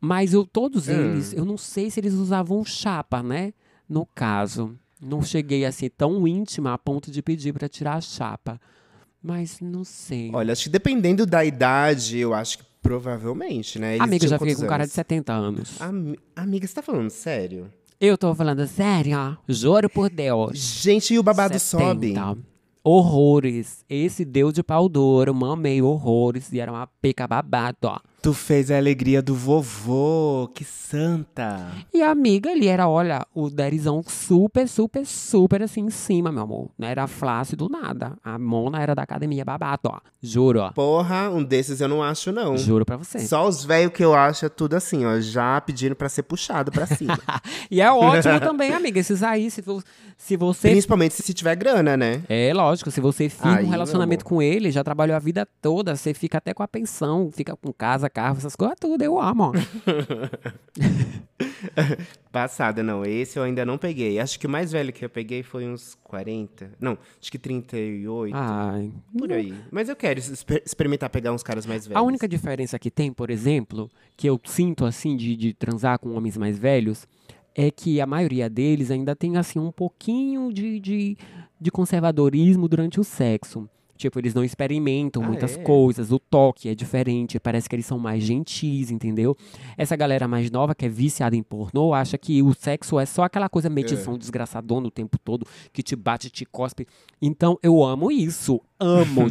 S2: Mas eu todos
S1: Hum.
S2: eles, eu não sei se eles usavam chapa, né? No caso, não cheguei assim tão íntima a ponto de pedir pra tirar a chapa. Mas não sei.
S1: Olha, acho que dependendo da idade, eu acho que provavelmente, né? Eles
S2: Amiga, eu
S1: tinham
S2: já fiquei
S1: quantos
S2: com cara de
S1: anos?
S2: 70 anos.
S1: Ami- amiga, você tá falando sério?
S2: Eu tô falando sério, ó. juro por Deus.
S1: Gente, e o babado
S2: 70.
S1: sobe?
S2: Horrores. Esse deu de pau duro, mamei horrores e era uma pica babado, ó.
S3: Tu fez a alegria do vovô, que santa!
S2: E a amiga ali era, olha, o derizão super, super, super assim em cima, meu amor. Não era flácido nada. A mona era da academia babado, ó. Juro, ó.
S1: Porra, um desses eu não acho, não.
S2: Juro pra você.
S1: Só os velhos que eu acho é tudo assim, ó, já pedindo pra ser puxado pra cima.
S2: E é ótimo também, amiga. Esses aí, se, vo- se você
S1: Principalmente se, se tiver grana, né?
S2: É, lógico, se você fica
S1: Aí,
S2: um relacionamento
S1: meu
S2: com ele, já trabalhou a vida toda, você fica até com a pensão, fica com casa, carro, essas coisas tudo, eu amo.
S1: Passada, não. Esse eu ainda não peguei. Acho que o mais velho que eu peguei foi uns 40. Não, acho que 38.
S2: Ah. Ai.
S1: Por aí. Mas eu quero exper- experimentar pegar uns caras mais velhos.
S2: A única diferença que tem, por exemplo, que eu sinto assim de, de transar com homens mais velhos, é que a maioria deles ainda tem assim um pouquinho de, de, de conservadorismo durante o sexo. Tipo, eles não experimentam
S1: Ah,
S2: muitas
S1: é?
S2: coisas, o toque é diferente, parece que eles são mais gentis, entendeu? Essa galera mais nova que é viciada em pornô acha que o sexo é só aquela coisa metição desgraçadona o tempo todo, que te bate, te cospe. Então, eu amo isso, amo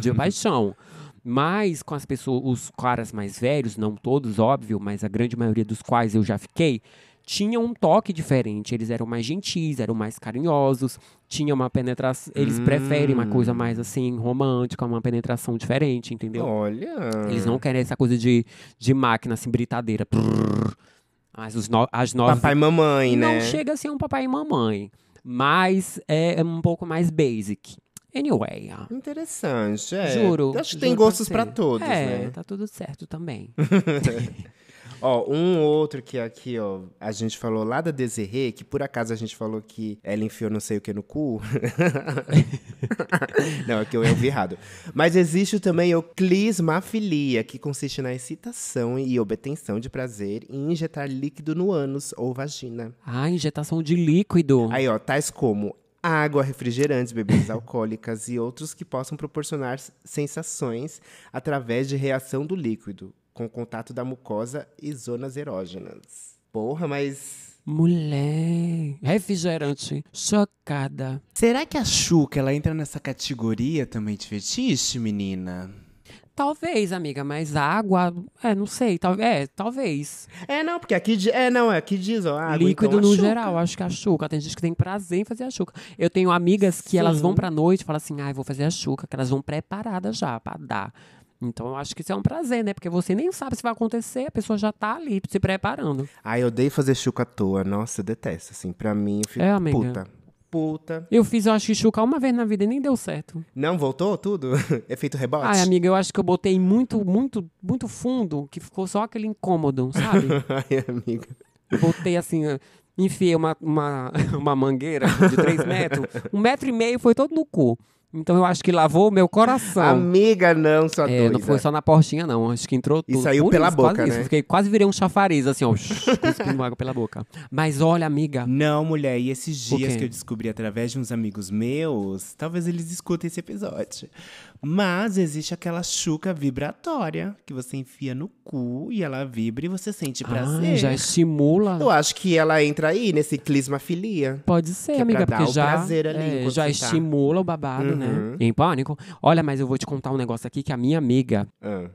S2: de paixão. Mas com as pessoas, os caras mais velhos, não todos, óbvio, mas a grande maioria dos quais eu já fiquei, tinham um toque diferente. Eles eram mais gentis, eram mais carinhosos, tinham uma penetração. Eles
S1: Hum.
S2: preferem uma coisa mais assim, romântica, uma penetração diferente, entendeu?
S1: Olha.
S2: Eles
S1: Hum.
S2: não querem essa coisa de, de máquina, assim, britadeira. Prrr. Mas os no- as novas.
S1: Papai e mamãe,
S2: não
S1: né?
S2: chega a ser um papai e mamãe, mas é um pouco mais basic. Anyway, ah,
S1: Interessante, é.
S2: Juro.
S1: Acho que
S2: juro
S1: tem gostos né?
S2: você.
S1: pra todos,
S2: é,
S1: né?
S2: tá tudo certo também.
S1: Ó, um outro que aqui, ó, a gente falou lá da Desirê, que por acaso a gente falou que ela enfiou não sei o que no cu. não, é que eu ouvi errado. Mas existe também o clismafilia, que consiste na excitação e obtenção de prazer em injetar líquido no ânus ou vagina.
S2: Ah, injetação de líquido.
S1: Aí, ó, tais como água, refrigerantes, bebidas alcoólicas e outros que possam proporcionar s- sensações através de reação do líquido com contato da mucosa e zonas erógenas. Porra, mas
S2: Mulher. Refrigerante. Chocada.
S3: Será que a Xuca, ela entra nessa categoria também de fetiche, menina?
S2: Talvez, amiga, mas água. É, não sei. Tal... É, talvez.
S1: é não, porque aqui di- é não, aqui diz, ó, água
S2: Líquido
S1: então,
S2: no
S1: açúcar.
S2: geral, acho que a chuca. Tem gente que tem prazer em fazer a chuca. Eu tenho amigas que elas vão pra noite e falam assim: ah, vou fazer a chuca, que elas vão preparadas já pra dar. Então eu acho que isso é um prazer, né? Porque você nem sabe se vai acontecer, a pessoa já tá ali se preparando.
S1: Ai, eu odeio fazer chuca à toa. Nossa, eu detesto assim. Pra mim, eu fico
S2: É, amiga.
S1: puta. Puta.
S2: Eu fiz, eu acho que chuca uma vez na vida e nem deu certo.
S1: Não voltou tudo? Efeito rebote?
S2: Ai, amiga, eu acho que eu botei muito, muito, muito fundo, que ficou só aquele incômodo, sabe?
S1: Ai, amiga.
S2: Botei assim, eh, enfiei uma, uma, uma mangueira de 3 metros, um metro e meio foi todo no cu. Então eu acho que lavou o meu coração.
S1: Amiga, não, só
S2: É, não foi só na portinha, não. Acho que entrou tudo.
S1: saiu
S2: Por
S1: pela
S2: isso, quase
S1: boca,
S2: isso.
S1: né?
S2: Fiquei, quase virei um chafariz, assim, ó, cuspindo água pela boca. Mas olha, amiga,
S3: Não, mulher, e esses
S2: O
S3: dias
S2: quê?
S3: que eu descobri através de uns amigos meus, talvez eles escutem esse episódio. Mas existe aquela chuca vibratória que você enfia no cu e ela vibra e você sente prazer.
S2: ai, Ah, já estimula.
S1: Eu acho que ela entra aí nesse clismafilia.
S2: Pode ser,
S1: Que é pra
S2: amiga,
S1: dar
S2: porque
S1: o
S2: já,
S1: prazer ali
S2: é,
S1: enquanto
S2: já
S1: você tá.
S2: estimula o babado, né?
S1: Uhum.
S2: Em pânico. Olha, mas eu vou te contar um negócio aqui que a minha amiga,
S1: Ah.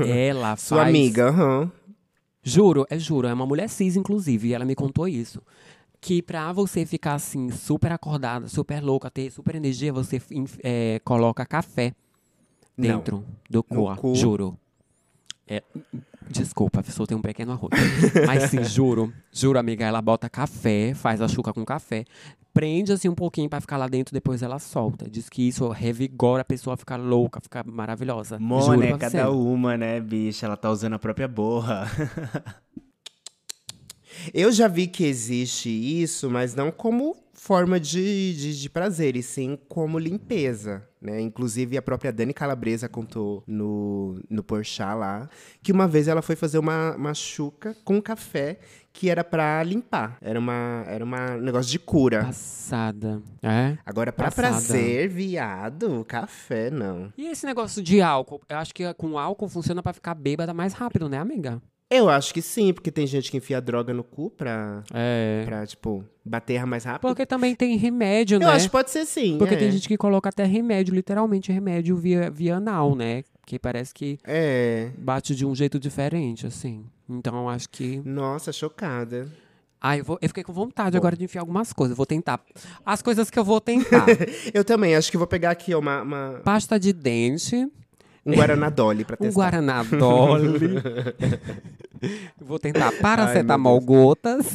S2: ela
S1: Sua
S2: faz...
S1: amiga, aham.
S2: Juro, é juro, é uma mulher cis, inclusive, e ela me contou isso. Que pra você ficar assim, super acordada, super louca, ter super energia, você enf- é, coloca café
S1: Não.
S2: dentro do
S1: No
S2: cu, ó,
S1: cu.
S2: juro. É, desculpa, pessoa tem um pequeno arroz. Mas sim, juro, juro, amiga, ela bota café, faz a chuca com café, prende assim um pouquinho pra ficar lá dentro, depois ela solta. Diz que isso revigora a pessoa, fica louca, fica maravilhosa.
S3: Mô,
S2: juro
S3: né?
S2: pra você.
S3: Cada uma, né, bicha? Ela tá usando a própria borra.
S1: Eu já vi que existe isso, mas não como forma de, de, de prazer, e sim como limpeza, né? Inclusive, a própria Dani Calabresa contou no, no Porchat lá, que uma vez ela foi fazer uma, uma chuca com café, que era pra limpar. Era, uma, era uma, um negócio de cura.
S2: Passada. É?
S1: Agora, pra
S2: Passada.
S1: prazer, viado, café, não.
S2: E esse negócio de álcool? Eu acho que com álcool funciona pra ficar bêbada mais rápido, né, amiga?
S1: Eu acho que sim, porque tem gente que enfia droga no cu pra,
S2: É.
S1: pra tipo, bater mais rápido.
S2: Porque também tem remédio,
S1: Eu
S2: né?
S1: acho que pode ser sim.
S2: Porque
S1: é.
S2: tem gente que coloca até remédio, literalmente remédio via, via anal, né? Que parece que
S1: É.
S2: bate de um jeito diferente, assim. Então eu acho que.
S1: Nossa, chocada.
S2: Ah, eu, vou- eu fiquei com vontade agora de enfiar algumas coisas. Vou tentar. As coisas que eu vou tentar:
S1: Eu também, acho que vou pegar aqui uma, uma-
S2: pasta de dente,
S1: um Guaraná Dolly pra
S2: um
S1: testar.
S2: Guaraná Dolly. Vou tentar paracetamol gotas.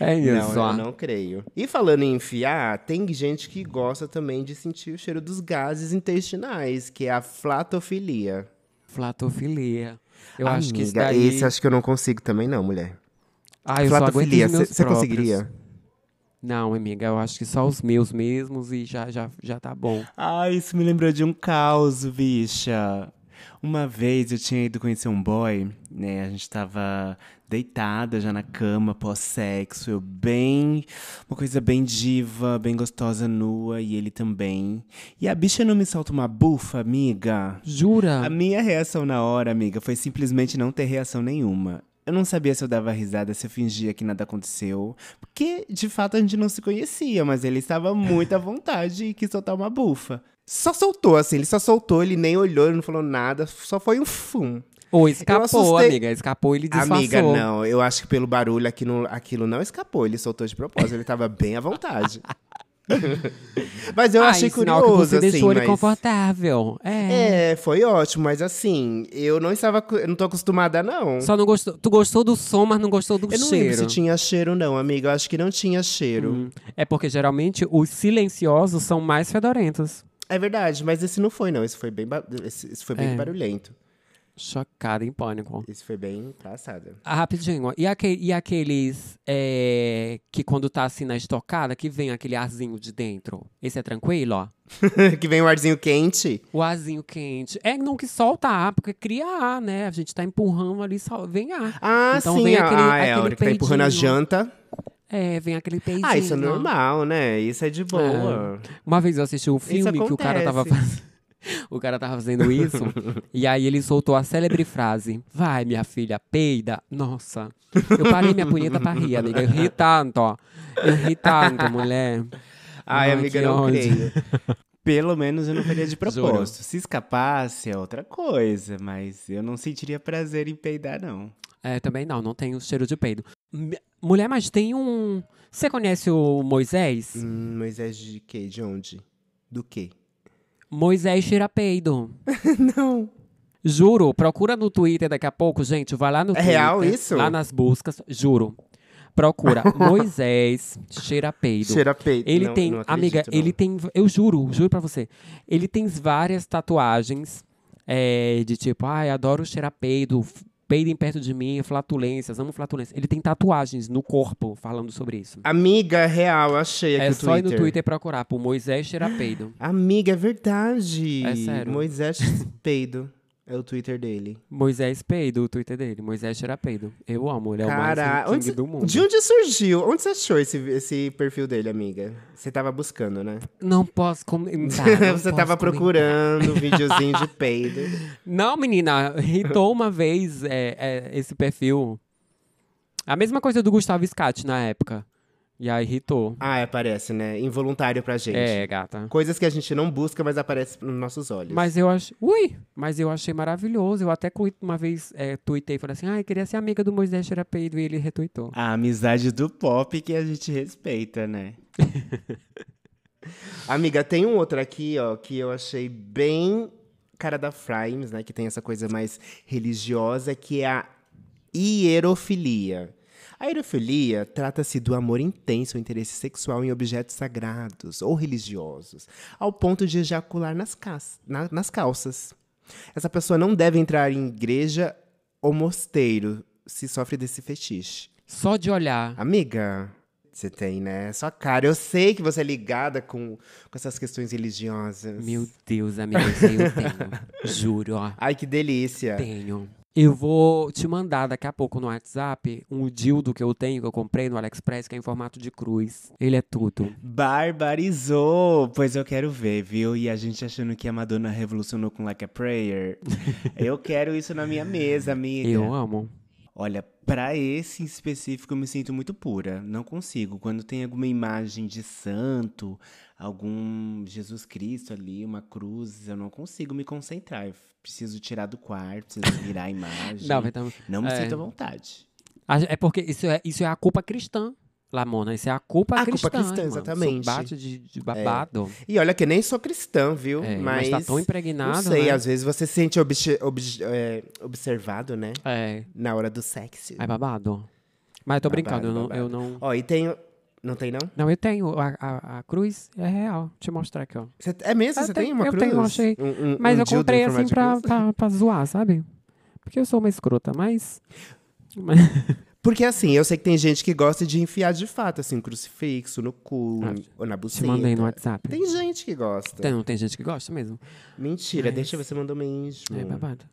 S2: é isso,
S1: Não,
S2: ó.
S1: eu não creio. E falando em enfiar, tem gente que gosta também de sentir o cheiro dos gases intestinais, que é a flatofilia.
S2: Flatofilia. Eu acho que isso
S1: Amiga,
S2: daí...
S1: Esse acho que eu não consigo também não, mulher.
S2: Ah, eu só aguento
S1: flatofilia,
S2: os meus
S1: você
S2: próprios.
S1: conseguiria?
S2: Não, amiga, eu acho que só os meus mesmos e já, já, já tá bom.
S3: Ah, isso me lembrou de um caos, bicha. Uma vez eu tinha ido conhecer um boy, né? A gente tava deitada já na cama, pós-sexo, eu bem. Uma coisa bem diva, bem gostosa, nua, e ele também. E a bicha não me solta uma bufa, amiga? A
S2: Jura?
S3: minha reação na hora, amiga, foi simplesmente não ter reação nenhuma. Eu não sabia se eu dava risada, se eu fingia que nada aconteceu. Porque, de fato, a gente não se conhecia, mas ele estava muito à vontade e quis soltar uma bufa.
S1: Só soltou, assim, ele só soltou, ele nem olhou, ele não falou nada, só foi um fum.
S2: Ou escapou,
S1: assustei.
S2: amiga. Escapou, ele disfarçou.
S1: Amiga, não, eu acho que pelo barulho aquilo, aquilo não escapou, ele soltou de propósito, ele tava bem à vontade. mas eu
S2: ah,
S1: achei
S2: e sinal
S1: curioso,
S2: que você
S1: assim,
S2: deixou ele
S1: mas...
S2: confortável. É.
S1: É, foi ótimo, mas assim, eu não estava, acu- eu não tô acostumada não.
S2: Só não gostou... Tu gostou do som, mas não gostou do
S1: É. eu não lembro
S2: cheiro.
S1: se tinha cheiro não, amiga, eu acho que não tinha cheiro.
S2: É porque, geralmente, os silenciosos são mais fedorentos.
S1: É verdade, mas esse não foi não, esse foi bem, ba- esse, esse foi bem
S2: É.
S1: barulhento.
S2: Chocada em pânico.
S1: Isso foi bem passado.
S2: Ah, Rapidinho. E, aque- e aqueles é, que quando tá assim na estocada, que vem aquele arzinho de dentro? Esse é tranquilo, ó.
S1: que vem o arzinho quente.
S2: O arzinho quente. É não que solta ar, porque cria ar, né? A gente tá empurrando ali, só vem ar.
S1: Ah,
S2: Então
S1: sim.
S2: vem
S1: a-
S2: aquele-
S1: ah, é, a
S2: aquele
S1: hora que tá empurrando a
S2: peidinho.
S1: janta.
S2: É, vem aquele peidinho.
S1: Ah, isso é
S2: ó.
S1: normal, né? Isso é de boa.
S2: Uma vez eu assisti um filme que o cara tava
S1: acontece.
S2: fazendo. O cara tava fazendo isso. e aí ele soltou a célebre frase: Vai, minha filha, peida. Nossa. Eu parei minha punheta pra rir, amiga. Eu ri tanto, ó. Eu ri tanto, mulher.
S1: Ai,
S2: Ai,
S1: amiga,
S2: que
S1: não
S2: ódio.
S1: creio.
S3: Pelo menos eu não faria de
S2: Juro.
S3: propósito. Se escapasse é outra coisa, mas eu não sentiria prazer em peidar, não.
S2: É, também não, não tem o cheiro de peido. M- Mulher, mas tem um. Você conhece o Moisés?
S1: Hum,
S2: é
S1: Moisés de quê? De onde? Do quê?
S2: Moisés cheira peido.
S1: Não.
S2: Juro, procura no Twitter daqui a pouco, gente. Vai lá no
S1: É
S2: Twitter.
S1: real isso?
S2: Lá nas buscas, juro. Procura Moisés cheira peido.
S1: Cheira peito.
S2: Ele
S1: Não,
S2: tem,
S1: não acredito,
S2: amiga,
S1: não.
S2: ele tem, eu juro, juro pra você. Ele tem várias tatuagens é, de tipo, ai, adoro cheirar peido, f- peidem perto de mim, flatulências, amo flatulências. Ele tem tatuagens no corpo falando sobre isso.
S1: Amiga, real, achei aqui
S2: é
S1: o
S2: só ir
S1: Twitter.
S2: no Twitter procurar por Moisés cheira peido.
S1: Amiga, é verdade.
S2: É sério.
S1: Moisés Peido é o Twitter dele.
S2: Moisés peido, o Twitter dele. Moisés cheira peido. Eu amo, ele é
S1: Cara,
S2: o mais
S1: onde
S2: king do mundo.
S1: De onde surgiu? Onde você achou esse, esse perfil dele, amiga? Você tava buscando, né?
S2: Não posso comentar. não
S1: você
S2: posso
S1: tava
S2: comentar.
S1: procurando um videozinho de peido.
S2: Não, menina, hitou uma vez é, é, esse perfil. A mesma coisa do Gustavo Scott na época. E aí hitou.
S1: Ah, aparece, né? Involuntário pra gente.
S2: É, gata.
S1: Coisas que a gente não busca, mas aparece nos nossos olhos.
S2: Mas eu acho. Ui! Mas eu achei maravilhoso. Eu até cui- uma vez é, tuitei e falei assim: ai, queria ser amiga do Moisés Xerapeido. E ele retuitou.
S3: A amizade do pop que a gente respeita, né?
S1: Amiga, tem um outro aqui, ó, que eu achei bem cara da Frimes, né? Que tem essa coisa mais religiosa, que é a hierofilia. A hierofilia trata-se do amor intenso ou interesse sexual em objetos sagrados ou religiosos, ao ponto de ejacular nas, cas- na- nas calças. Essa pessoa não deve entrar em igreja ou mosteiro se sofre desse fetiche.
S2: Só de
S1: Ah,
S2: olhar.
S1: Amiga, você tem, né? Sua cara. Eu sei que você é ligada com, com essas questões religiosas.
S2: Meu Deus, amiga, isso aí eu tenho. Juro, ó.
S1: Ai, que delícia.
S2: Tenho. É. Eu vou te mandar daqui a pouco no WhatsApp um dildo que eu tenho, que eu comprei no AliExpress, que é em formato de cruz. Ele é tudo.
S3: Barbarizou! Pois eu quero ver, viu? E a gente achando que a Madonna revolucionou com Like a Prayer. eu quero isso na minha mesa, amiga.
S2: Eu
S1: é.
S2: amo.
S3: Olha, pra esse em específico eu me sinto muito pura. Não consigo. Quando tem alguma imagem de santo, algum Jesus Cristo ali, uma cruz, eu não consigo me concentrar. Eu preciso tirar do quarto, preciso virar a imagem.
S2: Não, então,
S3: Não me
S2: é.
S3: sinto à vontade.
S2: a- é porque isso é, isso é a culpa cristã, Lamona. Isso é a culpa
S1: A culpa
S2: cristã.
S1: cristã,
S2: irmã.
S1: exatamente. É.
S2: Isso bate de, de babado.
S1: E olha que eu nem sou cristã, viu?
S2: É,
S1: mas,
S2: mas... tá tão
S1: não
S2: impregnado,
S1: sei,
S2: né?
S1: às vezes você se sente obje- obje- é, observado, né?
S2: É,
S1: Na hora do sexo.
S2: é babado. Mas eu tô
S1: Babado,
S2: brincando, eu não, eu não...
S1: Ó, e tem... Não tem, não?
S2: Não, eu tenho. A, a- a cruz é real. Deixa eu mostrar aqui, ó.
S1: Cê- é mesmo?
S2: Eu
S1: Você
S2: tenho-
S1: tem uma
S2: eu
S1: cruz?
S2: tenho, achei.
S1: Um- um-
S2: Mas
S1: um
S2: eu
S1: dildo em
S2: comprei
S1: formato
S2: assim
S1: de
S2: pra,
S1: cruz?
S2: pra, pra zoar, sabe? Porque eu sou uma escrota, mas.
S1: Porque assim, eu sei que tem gente que gosta de enfiar de fato, assim, um crucifixo no cu,
S2: Ah,
S1: ou na
S2: Te
S1: buceta.
S2: mandei no WhatsApp.
S1: então. Tem gente que gosta.
S2: Tem, não tem gente que gosta mesmo.
S1: Mentira,
S2: Mas-
S1: deixa eu ver se mandou mesmo.
S2: É babado.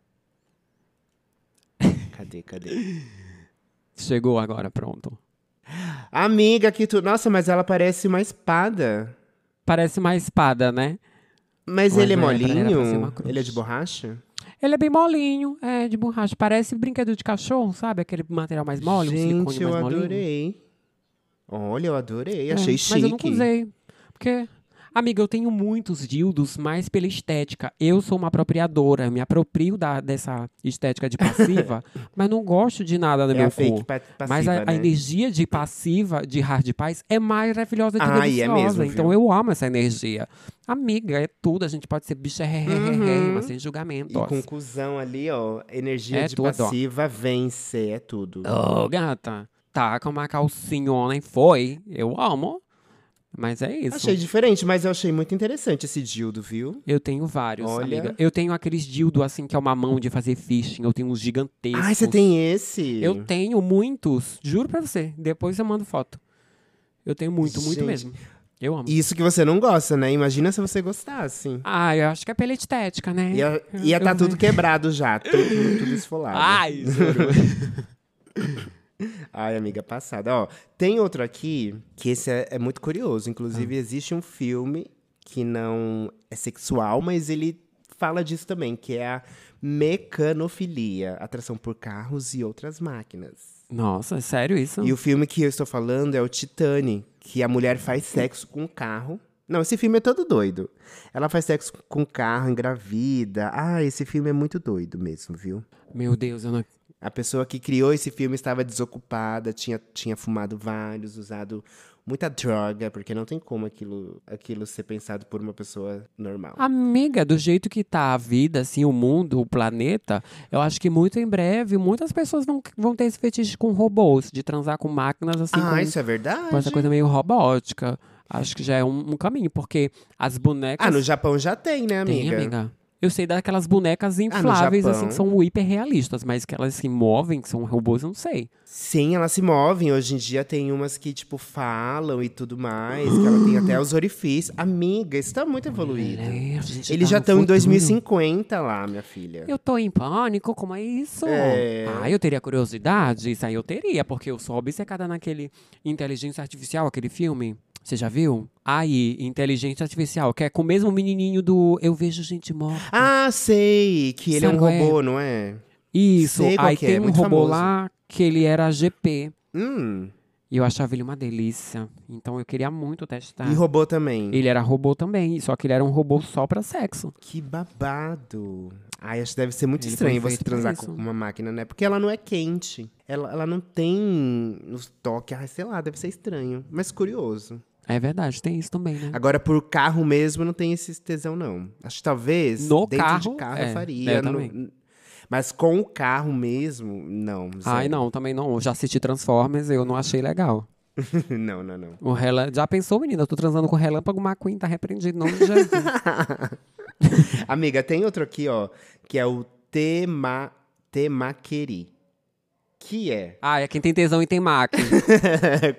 S1: Cadê, cadê?
S2: Chegou agora, pronto.
S1: Amiga, que tu. Nossa, mas ela parece uma espada.
S2: Parece uma espada, né?
S1: Mas
S2: Mas
S1: ele é
S2: não, era pra- era pra ser
S1: molinho?
S2: uma cruz.
S1: Ele é de borracha?
S2: Ele é bem molinho, é de borracha. Parece brinquedo de cachorro, sabe? Aquele material mais mole, um silicone
S1: Gente, eu
S2: mais molinho.
S1: adorei. Olha, eu adorei.
S2: É,
S1: Achei chique.
S2: Mas eu nunca usei. Porque, amiga, eu tenho muitos dildos, mas pela estética. Eu sou uma apropriadora, eu me aproprio da, dessa estética de passiva, mas não gosto de nada do
S1: É
S2: meu
S1: a fake
S2: corpo.
S1: pa- passiva,
S2: Mas a, a
S1: né?
S2: energia de passiva, de hard paz, é maravilhosa de
S1: Ah, e é
S2: deliciosa.
S1: mesmo,
S2: então
S1: viu?
S2: eu amo essa energia. Amiga, é tudo. A gente pode ser bicha ré, ré, ré, ré,
S1: Uhum.
S2: mas sem julgamento.
S1: E conclusão ali, ó. Energia
S2: É
S1: de
S2: tudo, ó.
S1: passiva vence, é tudo.
S2: Ô, gata, tá com uma calcinha e foi. Eu amo. Mas é isso.
S1: Achei diferente, mas eu achei muito interessante esse dildo, viu?
S2: Eu tenho vários,
S1: Olha.
S2: amiga. Eu tenho aqueles dildo, assim, que é uma mão de fazer fishing. Eu tenho uns gigantescos.
S1: Ai, você tem esse?
S2: Eu tenho muitos. Juro pra você. Depois eu mando foto. Eu tenho muito, muito
S1: Gente.
S2: mesmo. Eu amo.
S1: Isso que você não gosta, né? Imagina se você gostasse.
S2: Ah, eu acho que é pela estética, né?
S1: Ia, ia tá
S2: Eu-
S1: tudo quebrado já, tudo, tudo esfolado.
S2: Ai, juro.
S1: Ai, amiga passada. Ó, tem outro aqui que esse é, é muito curioso.
S2: Ah.
S1: Inclusive, existe um filme que não é sexual, mas ele fala disso também, que é a mecanofilia, atração por carros e outras máquinas.
S2: Nossa, é sério isso?
S1: E o filme que eu estou falando é o Titane, que a mulher faz sexo com o carro. Não, esse filme é todo doido. Ela faz sexo com o carro, engravida. Ah, esse filme é muito doido mesmo, viu?
S2: Meu Deus, eu não...
S1: A pessoa que criou esse filme estava desocupada, tinha, tinha fumado vários, usado muita droga, porque não tem como aquilo, aquilo ser pensado por uma pessoa normal.
S2: Amiga, do jeito que tá a vida, assim, o mundo, o planeta, eu acho que muito em breve muitas pessoas vão, vão ter esse fetiche com robôs, de transar com máquinas, assim,
S1: ah,
S2: com,
S1: isso é verdade?
S2: com essa coisa meio robótica. Acho que já é um, um caminho, porque é as bonecas.
S1: Ah, no Japão já tem, né,
S2: Tem,
S1: amiga? Ah,
S2: Eu sei daquelas bonecas infláveis, assim, que são hiperrealistas, mas que elas se movem, que são robôs, eu não sei.
S1: Sim, elas se movem. Hoje em dia tem umas que, tipo, falam e tudo mais, que ela tem até os orifícios. Amiga, isso tá muito evoluído.
S2: É, a gente
S1: Eles
S2: tá
S1: já
S2: no
S1: estão em
S2: futuro.
S1: 2050 lá, minha filha.
S2: Eu tô em pânico, como é isso?
S1: É.
S2: Ah, eu teria curiosidade, isso aí eu teria, porque eu sou obcecada naquele Inteligência Artificial, aquele filme. Você já viu? Aí, Inteligência Artificial, que é com o mesmo menininho do Eu Vejo Gente Morta.
S1: Ah, sei! Que ele é um
S2: Sabe qual é?
S1: robô, não é?
S2: Isso,
S1: sei qual
S2: aí
S1: que é,
S2: tem um
S1: muito
S2: robô
S1: famoso.
S2: lá que ele era GP.
S1: Hum.
S2: E eu achava ele uma delícia. Então eu queria muito testar.
S1: E robô também.
S2: Tá. Ele era robô também, só que ele era um robô só pra sexo.
S1: Que babado! Ai, acho que deve ser muito
S2: Ele
S1: estranho
S2: foi
S1: você
S2: feito pra
S1: transar
S2: isso.
S1: com uma máquina, né? Porque ela não é quente. Ela, ela não tem os toques. Ai, sei lá, deve ser estranho. Mas curioso.
S2: É verdade, tem isso também, né?
S1: Agora, por carro mesmo, não tem esse tesão, não. Acho que talvez
S2: No
S1: dentro
S2: carro,
S1: de carro
S2: é.
S1: eu faria.
S2: É,
S1: no-
S2: também.
S1: mas com o carro mesmo, não.
S2: Ai,
S1: zero.
S2: não, também não. Eu já assisti Transformers e eu não achei legal.
S1: não, não, não.
S2: O Relan... Já pensou, menina? Eu tô transando com o Relâmpago McQueen, tá repreendido. em nome de Jesus.
S1: Amiga, tem outro aqui, ó, que é o tema, temaqueri. Que é
S2: ah, é quem tem tesão e tem máquina.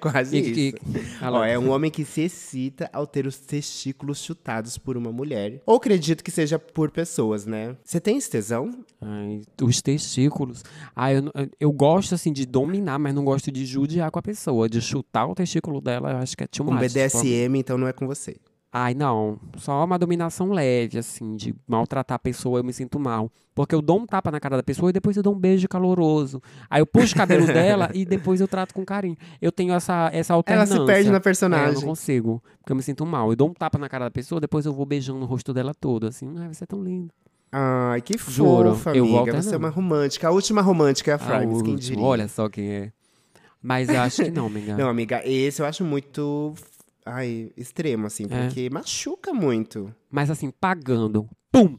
S1: quase isso.
S2: E, e... Alô.
S1: Ó, é um homem que se excita ao ter os testículos chutados por uma mulher. Ou acredito que seja por pessoas, né? Você tem esse tesão?
S2: Ai, os testículos. Ah, eu, não- eu gosto, assim, de dominar, mas não gosto de judiar com a pessoa. De chutar o testículo dela, eu acho que é too
S1: Um
S2: much, tipo,
S1: BDSM, então não é com você.
S2: Ai, não. Só uma dominação leve, assim, de maltratar a pessoa, eu me sinto mal. Porque eu dou um tapa na cara da pessoa e depois eu dou um beijo caloroso. Aí eu puxo o cabelo dela e depois eu trato com carinho. Eu tenho essa, essa
S1: Ela
S2: alternância.
S1: se perde na
S2: É, eu
S1: personagem.
S2: não consigo, porque eu me sinto mal. Eu dou um tapa na cara da pessoa, depois eu vou beijando o rosto dela todo, assim. Ai, você é tão lindo.
S1: Ai, que
S2: Juro,
S1: fofa,
S2: eu vou
S1: amiga. Você é
S2: alternando.
S1: uma romântica. A última romântica é a
S2: Ah,
S1: Frimes,
S2: o
S1: quem
S2: último,
S1: diria?
S2: Olha só quem é. Mas eu acho que não, amiga.
S1: Não, amiga, esse eu acho muito... Ai, extremo, assim,
S2: É.
S1: porque machuca muito.
S2: Mas assim, pagando. Pum!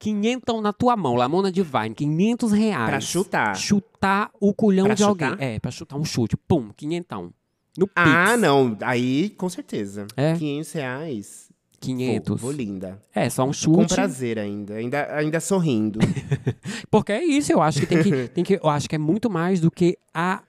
S2: 500 na tua mão, Lamona Divine, 500 reais.
S1: Pra chutar.
S2: chutar o culhão
S1: Pra
S2: de alguém.
S1: chutar?
S2: É, pra chutar um chute. Pum, quinhentão. No Pix.
S1: Ah, não. Aí, com certeza.
S2: É?
S1: 500 reais. Vou,
S2: 500.
S1: vou linda.
S2: É, só um
S1: Com
S2: chute.
S1: prazer ainda. Ainda, ainda sorrindo.
S2: Porque é isso, eu acho que tem que, tem que. Eu acho que é muito mais do que a,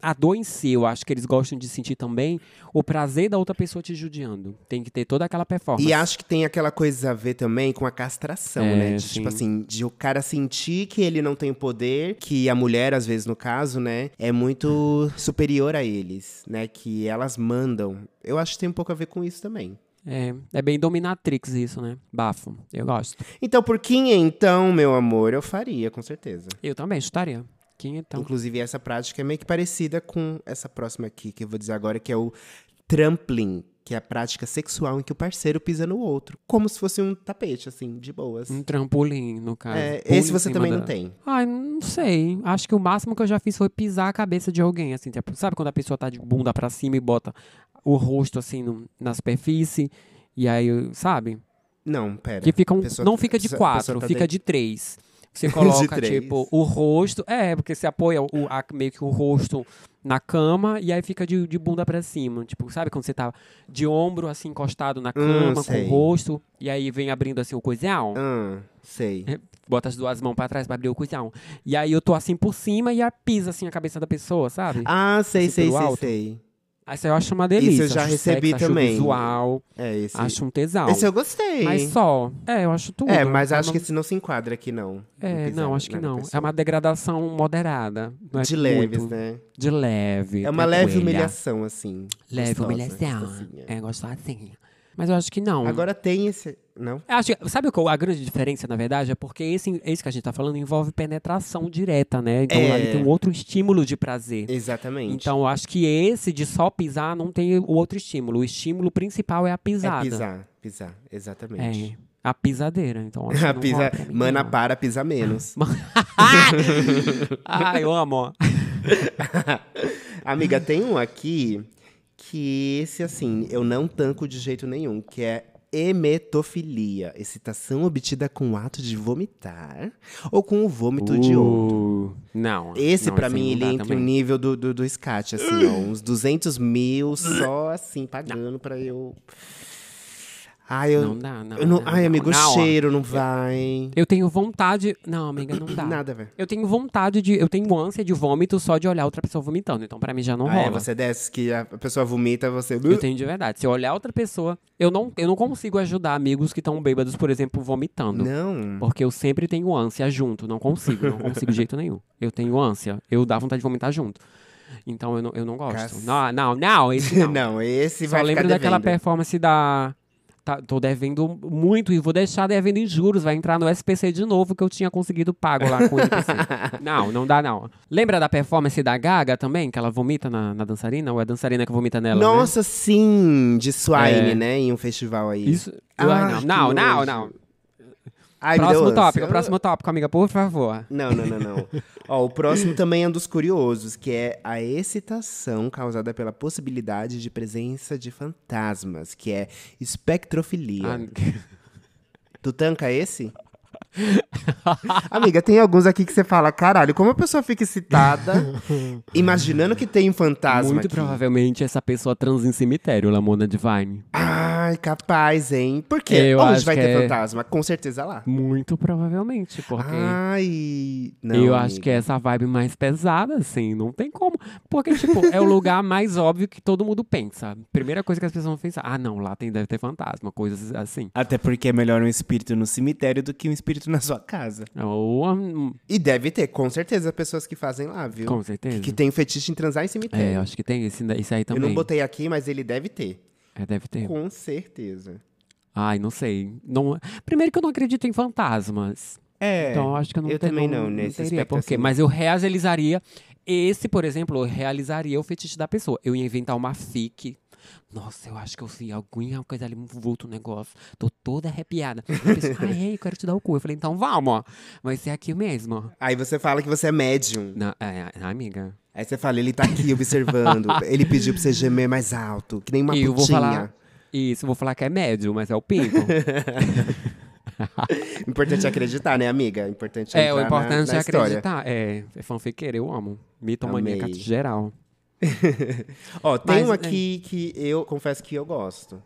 S2: a dor em si. Eu acho que eles gostam de sentir também o prazer da outra pessoa te judiando. Tem que ter toda aquela performance.
S1: E acho que tem aquela coisa a ver também com a castração,
S2: É,
S1: né? De,
S2: sim.
S1: tipo assim, de o cara sentir que ele não tem o poder, que a mulher, às vezes, no caso, né, é muito superior a eles, né? Que elas mandam. Eu acho que tem um pouco a ver com isso também.
S2: É, é bem dominatrix isso, né? Bafo. Eu gosto.
S1: Então, por quem então, meu amor, eu faria, com certeza.
S2: Eu também chutaria. é Quinhentão.
S1: Inclusive, essa prática é meio que parecida com essa próxima aqui, que eu vou dizer agora, que é o trampling, que é a prática sexual em que o parceiro pisa no outro, como se fosse um tapete, assim, de boas.
S2: Um trampolim, no caso.
S1: É,
S2: Pulo
S1: esse
S2: em
S1: você
S2: cima
S1: também
S2: da-
S1: não tem.
S2: Ai, não sei. Acho que o máximo que eu já fiz foi pisar a cabeça de alguém, assim, tipo, sabe quando a pessoa tá de bunda pra cima e bota o rosto assim no- na superfície e aí, sabe?
S1: Não, pera.
S2: Que fica um-
S1: Pessoa-
S2: não fica de
S1: pessoa- pessoa
S2: quatro,
S1: tá
S2: fica
S1: dei-
S2: de três. Você coloca,
S1: três.
S2: tipo, o rosto. É, porque você apoia o, a- meio que o rosto na cama e aí fica de, de bunda pra cima. Tipo, sabe quando você tá de ombro, assim, encostado na cama, com
S1: Hum, sei.
S2: o rosto, e aí vem abrindo assim o coisão?
S1: Ah,
S2: É,
S1: sei.
S2: Bota as duas mãos pra trás pra abrir o coisão. E aí eu tô assim por cima e a pisa assim a cabeça da pessoa, sabe?
S1: Ah, sei,
S2: Assim,
S1: sei,
S2: pelo
S1: sei,
S2: alto.
S1: sei.
S2: Aí eu acho uma
S1: Isso
S2: delícia.
S1: eu já
S2: acho
S1: recebi
S2: sexy,
S1: também.
S2: Acho visual,
S1: É esse.
S2: acho um tesão.
S1: Esse eu gostei.
S2: Mas só. É, eu acho tudo.
S1: É, mas
S2: Eu
S1: acho
S2: não-
S1: que esse não se enquadra aqui, não.
S2: É,
S1: Pisar
S2: não, acho que
S1: na
S2: não. É
S1: pessoa.
S2: uma degradação moderada. Não é
S1: de leves,
S2: muito.
S1: né?
S2: De leve.
S1: É uma leve
S2: tranquila.
S1: humilhação, assim.
S2: Leve
S1: gostosa,
S2: humilhação.
S1: gostosinha.
S2: É, um- gostosinha. Mas eu acho que não.
S1: Agora tem esse. Não?
S2: Eu Acho que- sabe qual a grande diferença, na verdade? É porque esse, esse que a gente tá falando envolve penetração direta, né? Então
S1: É.
S2: ali tem um outro estímulo de prazer.
S1: Exatamente.
S2: Então eu acho que esse de só pisar não tem o outro estímulo. O estímulo principal é a pisada.
S1: É pisar, pisar, exatamente.
S2: É, a pisadeira. Então acho que
S1: A
S2: não rola
S1: pisa,
S2: pra mim,
S1: mana
S2: não.
S1: para, pisa menos.
S2: Ah, eu amo.
S1: Amiga, tem um aqui que esse, assim, eu não tanco de jeito nenhum, que é emetofilia, excitação obtida com o ato de vomitar ou com o vômito de outro.
S2: Uh, Não.
S1: Esse,
S2: não,
S1: pra
S2: aí
S1: mim,
S2: não
S1: ele
S2: dá
S1: entra
S2: também.
S1: no nível do, do, do escate, assim, ó. Uns 200 mil só, assim, pagando pra eu... Ai, eu...
S2: Não dá, não. é
S1: eu não-
S2: não,
S1: ai,
S2: não,
S1: amigo,
S2: não,
S1: o
S2: ó.
S1: cheiro não vai...
S2: Eu tenho vontade. Não, amiga, não dá.
S1: Nada, velho.
S2: Eu tenho vontade de. Eu tenho ânsia de vômito só de olhar outra pessoa vomitando. Então, pra mim, já não
S1: Ah,
S2: rola.
S1: é, você desce que a pessoa vomita, você...
S2: Eu tenho de verdade. Se eu olhar outra pessoa, eu não, eu não consigo ajudar amigos que estão bêbados, por exemplo, vomitando.
S1: Não.
S2: Porque eu sempre tenho ânsia junto. Não consigo, não consigo de jeito nenhum. Eu tenho ânsia. Eu dá vontade de vomitar junto. Então eu não, eu não gosto.
S1: Cacete.
S2: Não, não, não, esse não.
S1: Não, esse
S2: Só
S1: vai
S2: lembro
S1: ficar
S2: daquela
S1: devendo.
S2: performance da. tá- tô devendo muito e vou deixar devendo em juros. Vai entrar no SPC de novo que eu tinha conseguido pago lá com o SPC. não, não dá não. Lembra da performance da Gaga também? Que ela vomita na, na dançarina? Ou é a dançarina que vomita nela? né?
S1: Nossa, sim, de Swine,
S2: É.
S1: né? Em um festival aí.
S2: Isso.
S1: Ai,
S2: Ai,
S1: Ah, que
S2: não, não, não,
S1: nojo.
S2: não.
S1: Ai, me deu
S2: Próximo
S1: ânsia.
S2: tópico, próximo tópico, amiga, por favor.
S1: Não, não, não, não. Ó, o próximo também é um dos curiosos, que é a excitação causada pela possibilidade de presença de fantasmas, que é
S2: Ah,
S1: espectrofilia. Tu tanca esse? Amiga, tem alguns aqui que você fala, caralho, como a pessoa fica excitada imaginando que tem um
S2: Ah,
S1: fantasma
S2: muito
S1: aqui.
S2: provavelmente essa pessoa transa em cemitério, Lamona Divine.
S1: Ai, capaz, hein? Por quê?
S2: Eu
S1: Onde
S2: acho
S1: vai
S2: que
S1: ter
S2: é-
S1: fantasma? Com certeza lá.
S2: Muito provavelmente, porque.
S1: Ah, Ai, não.
S2: eu
S1: amiga.
S2: acho que é essa vibe mais pesada, assim, não tem como. Porque, tipo, é o lugar mais óbvio que todo mundo pensa. Primeira coisa que as pessoas vão pensar, ah, não, lá tem, deve ter fantasma, coisas assim.
S3: Até porque é melhor um espírito no cemitério do que um espírito na sua casa.
S2: Ou, hum,
S1: E deve ter, com certeza, pessoas que fazem lá, viu?
S2: com
S1: Que-
S2: certeza.
S1: Que tem fetiche em transar em
S2: É,
S1: cemitério.
S2: eu acho que tem esse, esse aí
S1: eu
S2: também.
S1: não botei aqui, mas ele deve ter.
S2: É, deve ter.
S1: Com certeza.
S2: Ai, não sei. Não... Primeiro que eu não acredito em fantasmas.
S1: É.
S2: Então eu acho que eu não
S1: eu
S2: te-
S1: também não, nesse
S2: teria
S1: aspecto,
S2: por quê.
S1: assim.
S2: Mas eu realizaria. Esse, por exemplo, eu realizaria o fetiche da pessoa. Eu ia inventar uma fic. Nossa, eu acho que eu vi alguma coisa ali, um vulto, um negócio. Tô toda arrepiada. A pessoa, ai, ei, eu quero te dar o cu. Eu falei, então vamos, ó. Vai ser aqui mesmo. ó."
S1: Aí você fala que você é médium.
S2: Na, é, é, amiga.
S1: Aí você fala, ele tá aqui observando. ele pediu pra você gemer mais alto, que nem uma
S2: e eu vou
S1: putinha.
S2: falar. Isso, eu vou falar que é médio, mas é o pinto.
S1: Importante é acreditar, né, amiga? Importante
S2: é, o
S1: entrar na-
S2: importante
S1: na
S2: é
S1: história.
S2: acreditar. É, é fanfiqueira, eu amo. Mitomaníaca
S1: Amei.
S2: geral.
S1: Ó, tem
S2: Mas, é.
S1: um aqui que eu confesso que eu gosto.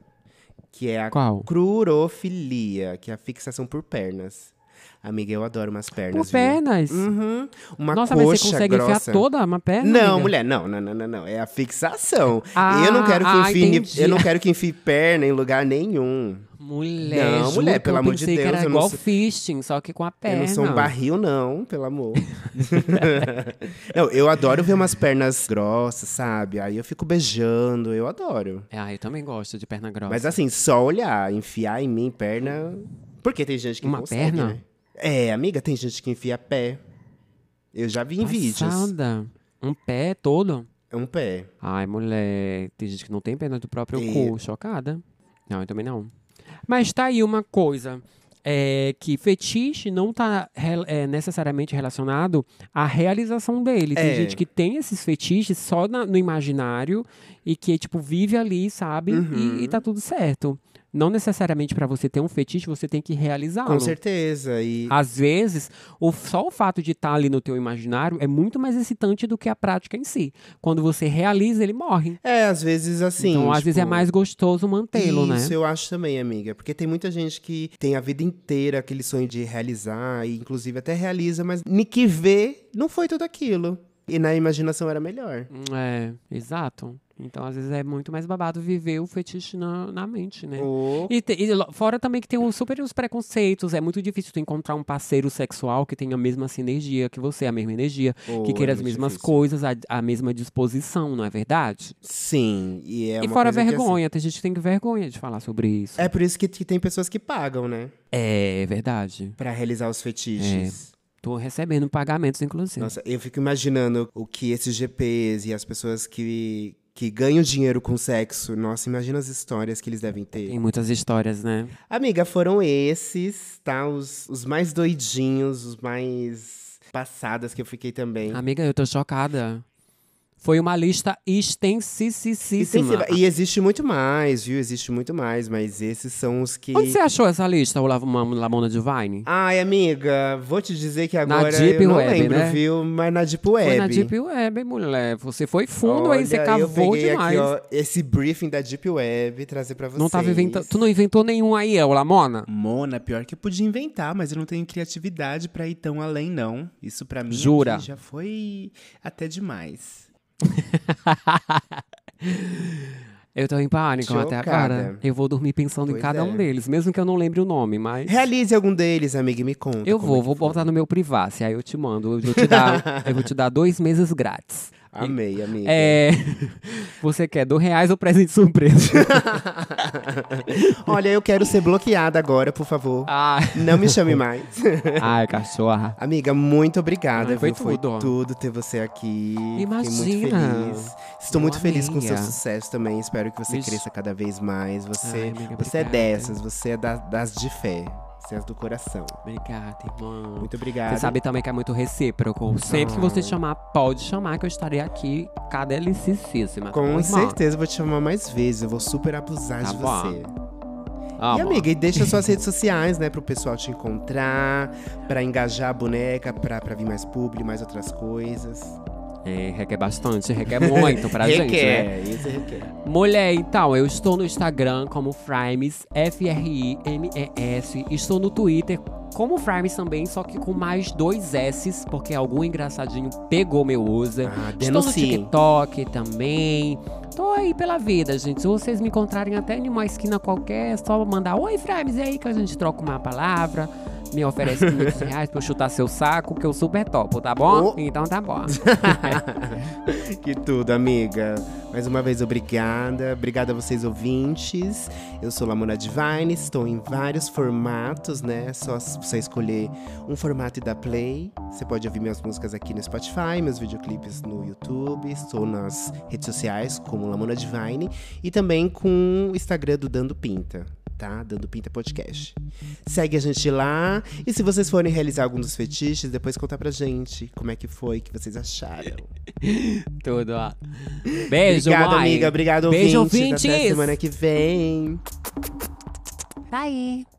S1: Que é a
S2: Qual?
S1: crurofilia, que é a fixação por pernas. Amiga, eu adoro umas pernas.
S2: Por
S1: viu?
S2: pernas.
S1: Uhum. Uma
S2: Nossa,
S1: coxa
S2: mas você consegue
S1: grossa.
S2: enfiar toda uma perna?
S1: Não,
S2: amiga?
S1: mulher, não, não, não, não, não. É a fixação.
S2: Ah,
S1: eu não quero que
S2: ah,
S1: enfie,
S2: entendi.
S1: eu não quero que enfie perna em lugar nenhum.
S2: Mulher,
S1: Não,
S2: juro
S1: mulher,
S2: que
S1: pelo
S2: eu
S1: amor de
S2: pensei que
S1: Deus,
S2: era
S1: eu não
S2: igual
S1: sou-
S2: fisting, só que com a perna.
S1: Eu não sou um barril não, pelo amor. não, eu adoro ver umas pernas grossas, sabe? Aí eu fico beijando, eu adoro.
S2: É, Ah, eu também gosto de perna grossa.
S1: Mas assim, só olhar, enfiar em mim perna. Porque tem gente que
S2: Uma
S1: consegue,
S2: perna?
S1: né? É, amiga, tem gente que enfia pé. Eu já vi em vídeos.
S2: Passada. Um pé todo.
S1: É um pé.
S2: Ai, mulher, tem gente que não tem pena do próprio
S1: E-
S2: cu. Chocada. Não, eu também não. Mas tá aí uma coisa. É que fetiche não tá rel- é, necessariamente relacionado à realização dele. Tem
S1: É.
S2: gente que tem esses fetiches
S1: Uhum.
S2: só na- no imaginário e que, tipo, vive ali, sabe? E, e tá tudo certo. não necessariamente pra você ter um fetiche, você tem que realizá-lo.
S1: Com certeza. E
S2: Às vezes, o- só o fato de estar ali no teu imaginário é muito mais excitante do que a prática em si. Quando você realiza, ele morre.
S1: é, às vezes assim.
S2: então, às
S1: tipo,
S2: vezes é mais gostoso mantê-lo, né?
S1: Isso eu acho também, amiga. Porque tem muita gente que tem a vida inteira aquele sonho de realizar, e inclusive até realiza, mas ni que vê, não foi tudo aquilo. E na imaginação era melhor.
S2: É, exato. Então, às vezes é muito mais babado viver o fetiche na, na mente, né?
S1: Ou-
S2: E, te- e lo- fora também que tem o super os preconceitos, é muito difícil tu encontrar um parceiro sexual que tenha a mesma sinergia que você, a mesma energia,
S1: ou
S2: que queira
S1: é
S2: as
S1: muito
S2: mesmas
S1: difícil.
S2: coisas, a, a mesma disposição, não é verdade?
S1: Sim, e é
S2: e
S1: uma
S2: fora
S1: coisa
S2: a
S1: que, assim,
S2: vergonha, tem gente que tem vergonha de falar sobre isso.
S1: é por isso que, que tem pessoas que pagam, né?
S2: É, verdade.
S1: Pra realizar os fetiches.
S2: Tô recebendo pagamentos, inclusive.
S1: Nossa, eu fico imaginando o que esses GPs e as pessoas que, que ganham dinheiro com sexo. Nossa, imagina as histórias que eles devem ter.
S2: Tem muitas histórias, né?
S1: Amiga, foram esses, tá? Os, os mais doidinhos, os mais passadas que eu fiquei também.
S2: Amiga, eu tô chocada. Foi uma lista extensíssima.
S1: Extensiva. E existe muito mais, viu? Existe muito mais, mas esses são os que.
S2: Onde você achou essa lista, o Lamona Divine?
S1: Ai, amiga, vou te dizer que agora
S2: Deep
S1: eu não
S2: Web,
S1: lembro,
S2: né?
S1: viu? Mas na Deep Web.
S2: Foi na Deep Web, mulher. Você foi fundo aí, você
S1: Olha, eu
S2: cavou
S1: peguei
S2: demais.
S1: Aqui, ó, esse briefing da Deep Web trazer pra vocês.
S2: não tava inventando. Tu não inventou nenhum aí, é ô Lamona?
S3: Mona, pior que eu podia inventar, mas eu não tenho criatividade pra ir tão além, não. Isso pra mim
S2: Jura?
S3: aqui já foi até demais.
S2: Eu tô em pânico até
S1: Chocada.
S2: agora. Eu vou dormir pensando em
S1: Pois
S2: cada um
S1: é.
S2: deles, mesmo que eu não lembre o nome, mas.
S1: Realize algum deles, amiga, e me conta.
S2: Eu
S1: como
S2: vou,
S1: é que
S2: vou
S1: foi.
S2: botar no meu privacy, aí eu te mando. Eu vou te dar, eu vou te dar dois meses grátis.
S1: Amei, amiga.
S2: É. Você quer dois reais ou presente surpresa?
S1: Olha, eu quero ser bloqueada agora, por favor.
S2: ah,
S1: Não me chame mais.
S2: ai, cachorra.
S1: Amiga, muito obrigada.
S2: Ai, foi
S1: viu? Foi
S2: tudo.
S1: tudo ter você aqui. Fiquei
S2: Imagina.
S1: muito feliz. Estou
S2: Eu
S1: muito feliz com o seu
S2: amei.
S1: sucesso também. Espero que você
S2: Vixe.
S1: cresça cada vez mais. Você,
S2: Ai, amiga,
S1: você é
S2: obrigada.
S1: dessas, você é da- das de fé. Você é do coração.
S2: Obrigada, irmão.
S1: Muito obrigado.
S2: Você sabe também que é muito recíproco. Sempre que você chamar, pode chamar que eu estarei aqui cadelicíssima.
S1: Com certeza vou te chamar mais vezes. Eu vou super abusar
S2: Tá
S1: de
S2: bom. Tá
S1: você.
S2: Amo.
S1: E amiga, e deixa suas redes sociais, né? Pro pessoal te encontrar, pra engajar a boneca, pra, pra vir mais publi, mais outras coisas.
S2: É, requer bastante, requer muito pra gente, né?
S1: requer, isso é requer.
S2: Mulher, então, eu estou no Instagram como Frimes, F-R-I-M-E-S. Estou no Twitter como Frimes também, só que com mais dois S's, porque algum engraçadinho pegou meu user.
S1: Ah,
S2: Estou no
S1: denuncie.
S2: TikTok também. Tô aí pela vida, gente. Se vocês me encontrarem até em uma esquina qualquer, é só mandar Oi, Frames, e aí que a gente troca uma palavra. Me oferece 500 reais pra eu chutar seu saco, que eu super topo, tá bom?
S1: Oh.
S2: Então tá bom.
S1: Que tudo, amiga. Mais uma vez, obrigada. Obrigada a vocês, ouvintes. Eu sou Lamona Divine, estou em vários formatos, né? Só s- você escolher um formato e dar play. Você pode ouvir minhas músicas aqui no Spotify, meus videoclipes no YouTube. Estou nas redes sociais como Lamona Divine e também com o Instagram do Dando Pinta. Tá? Dando Pinta Podcast. Segue a gente lá. E se vocês forem realizar algum dos fetiches, depois conta pra gente como é que foi, o que vocês acharam.
S2: Tudo, ó. Beijo,
S1: Obrigado,
S2: mãe.
S1: amiga. Obrigado,
S2: Beijo,
S1: ouvintes. Até
S2: ouvintes.
S1: semana que vem.
S2: Tá aí.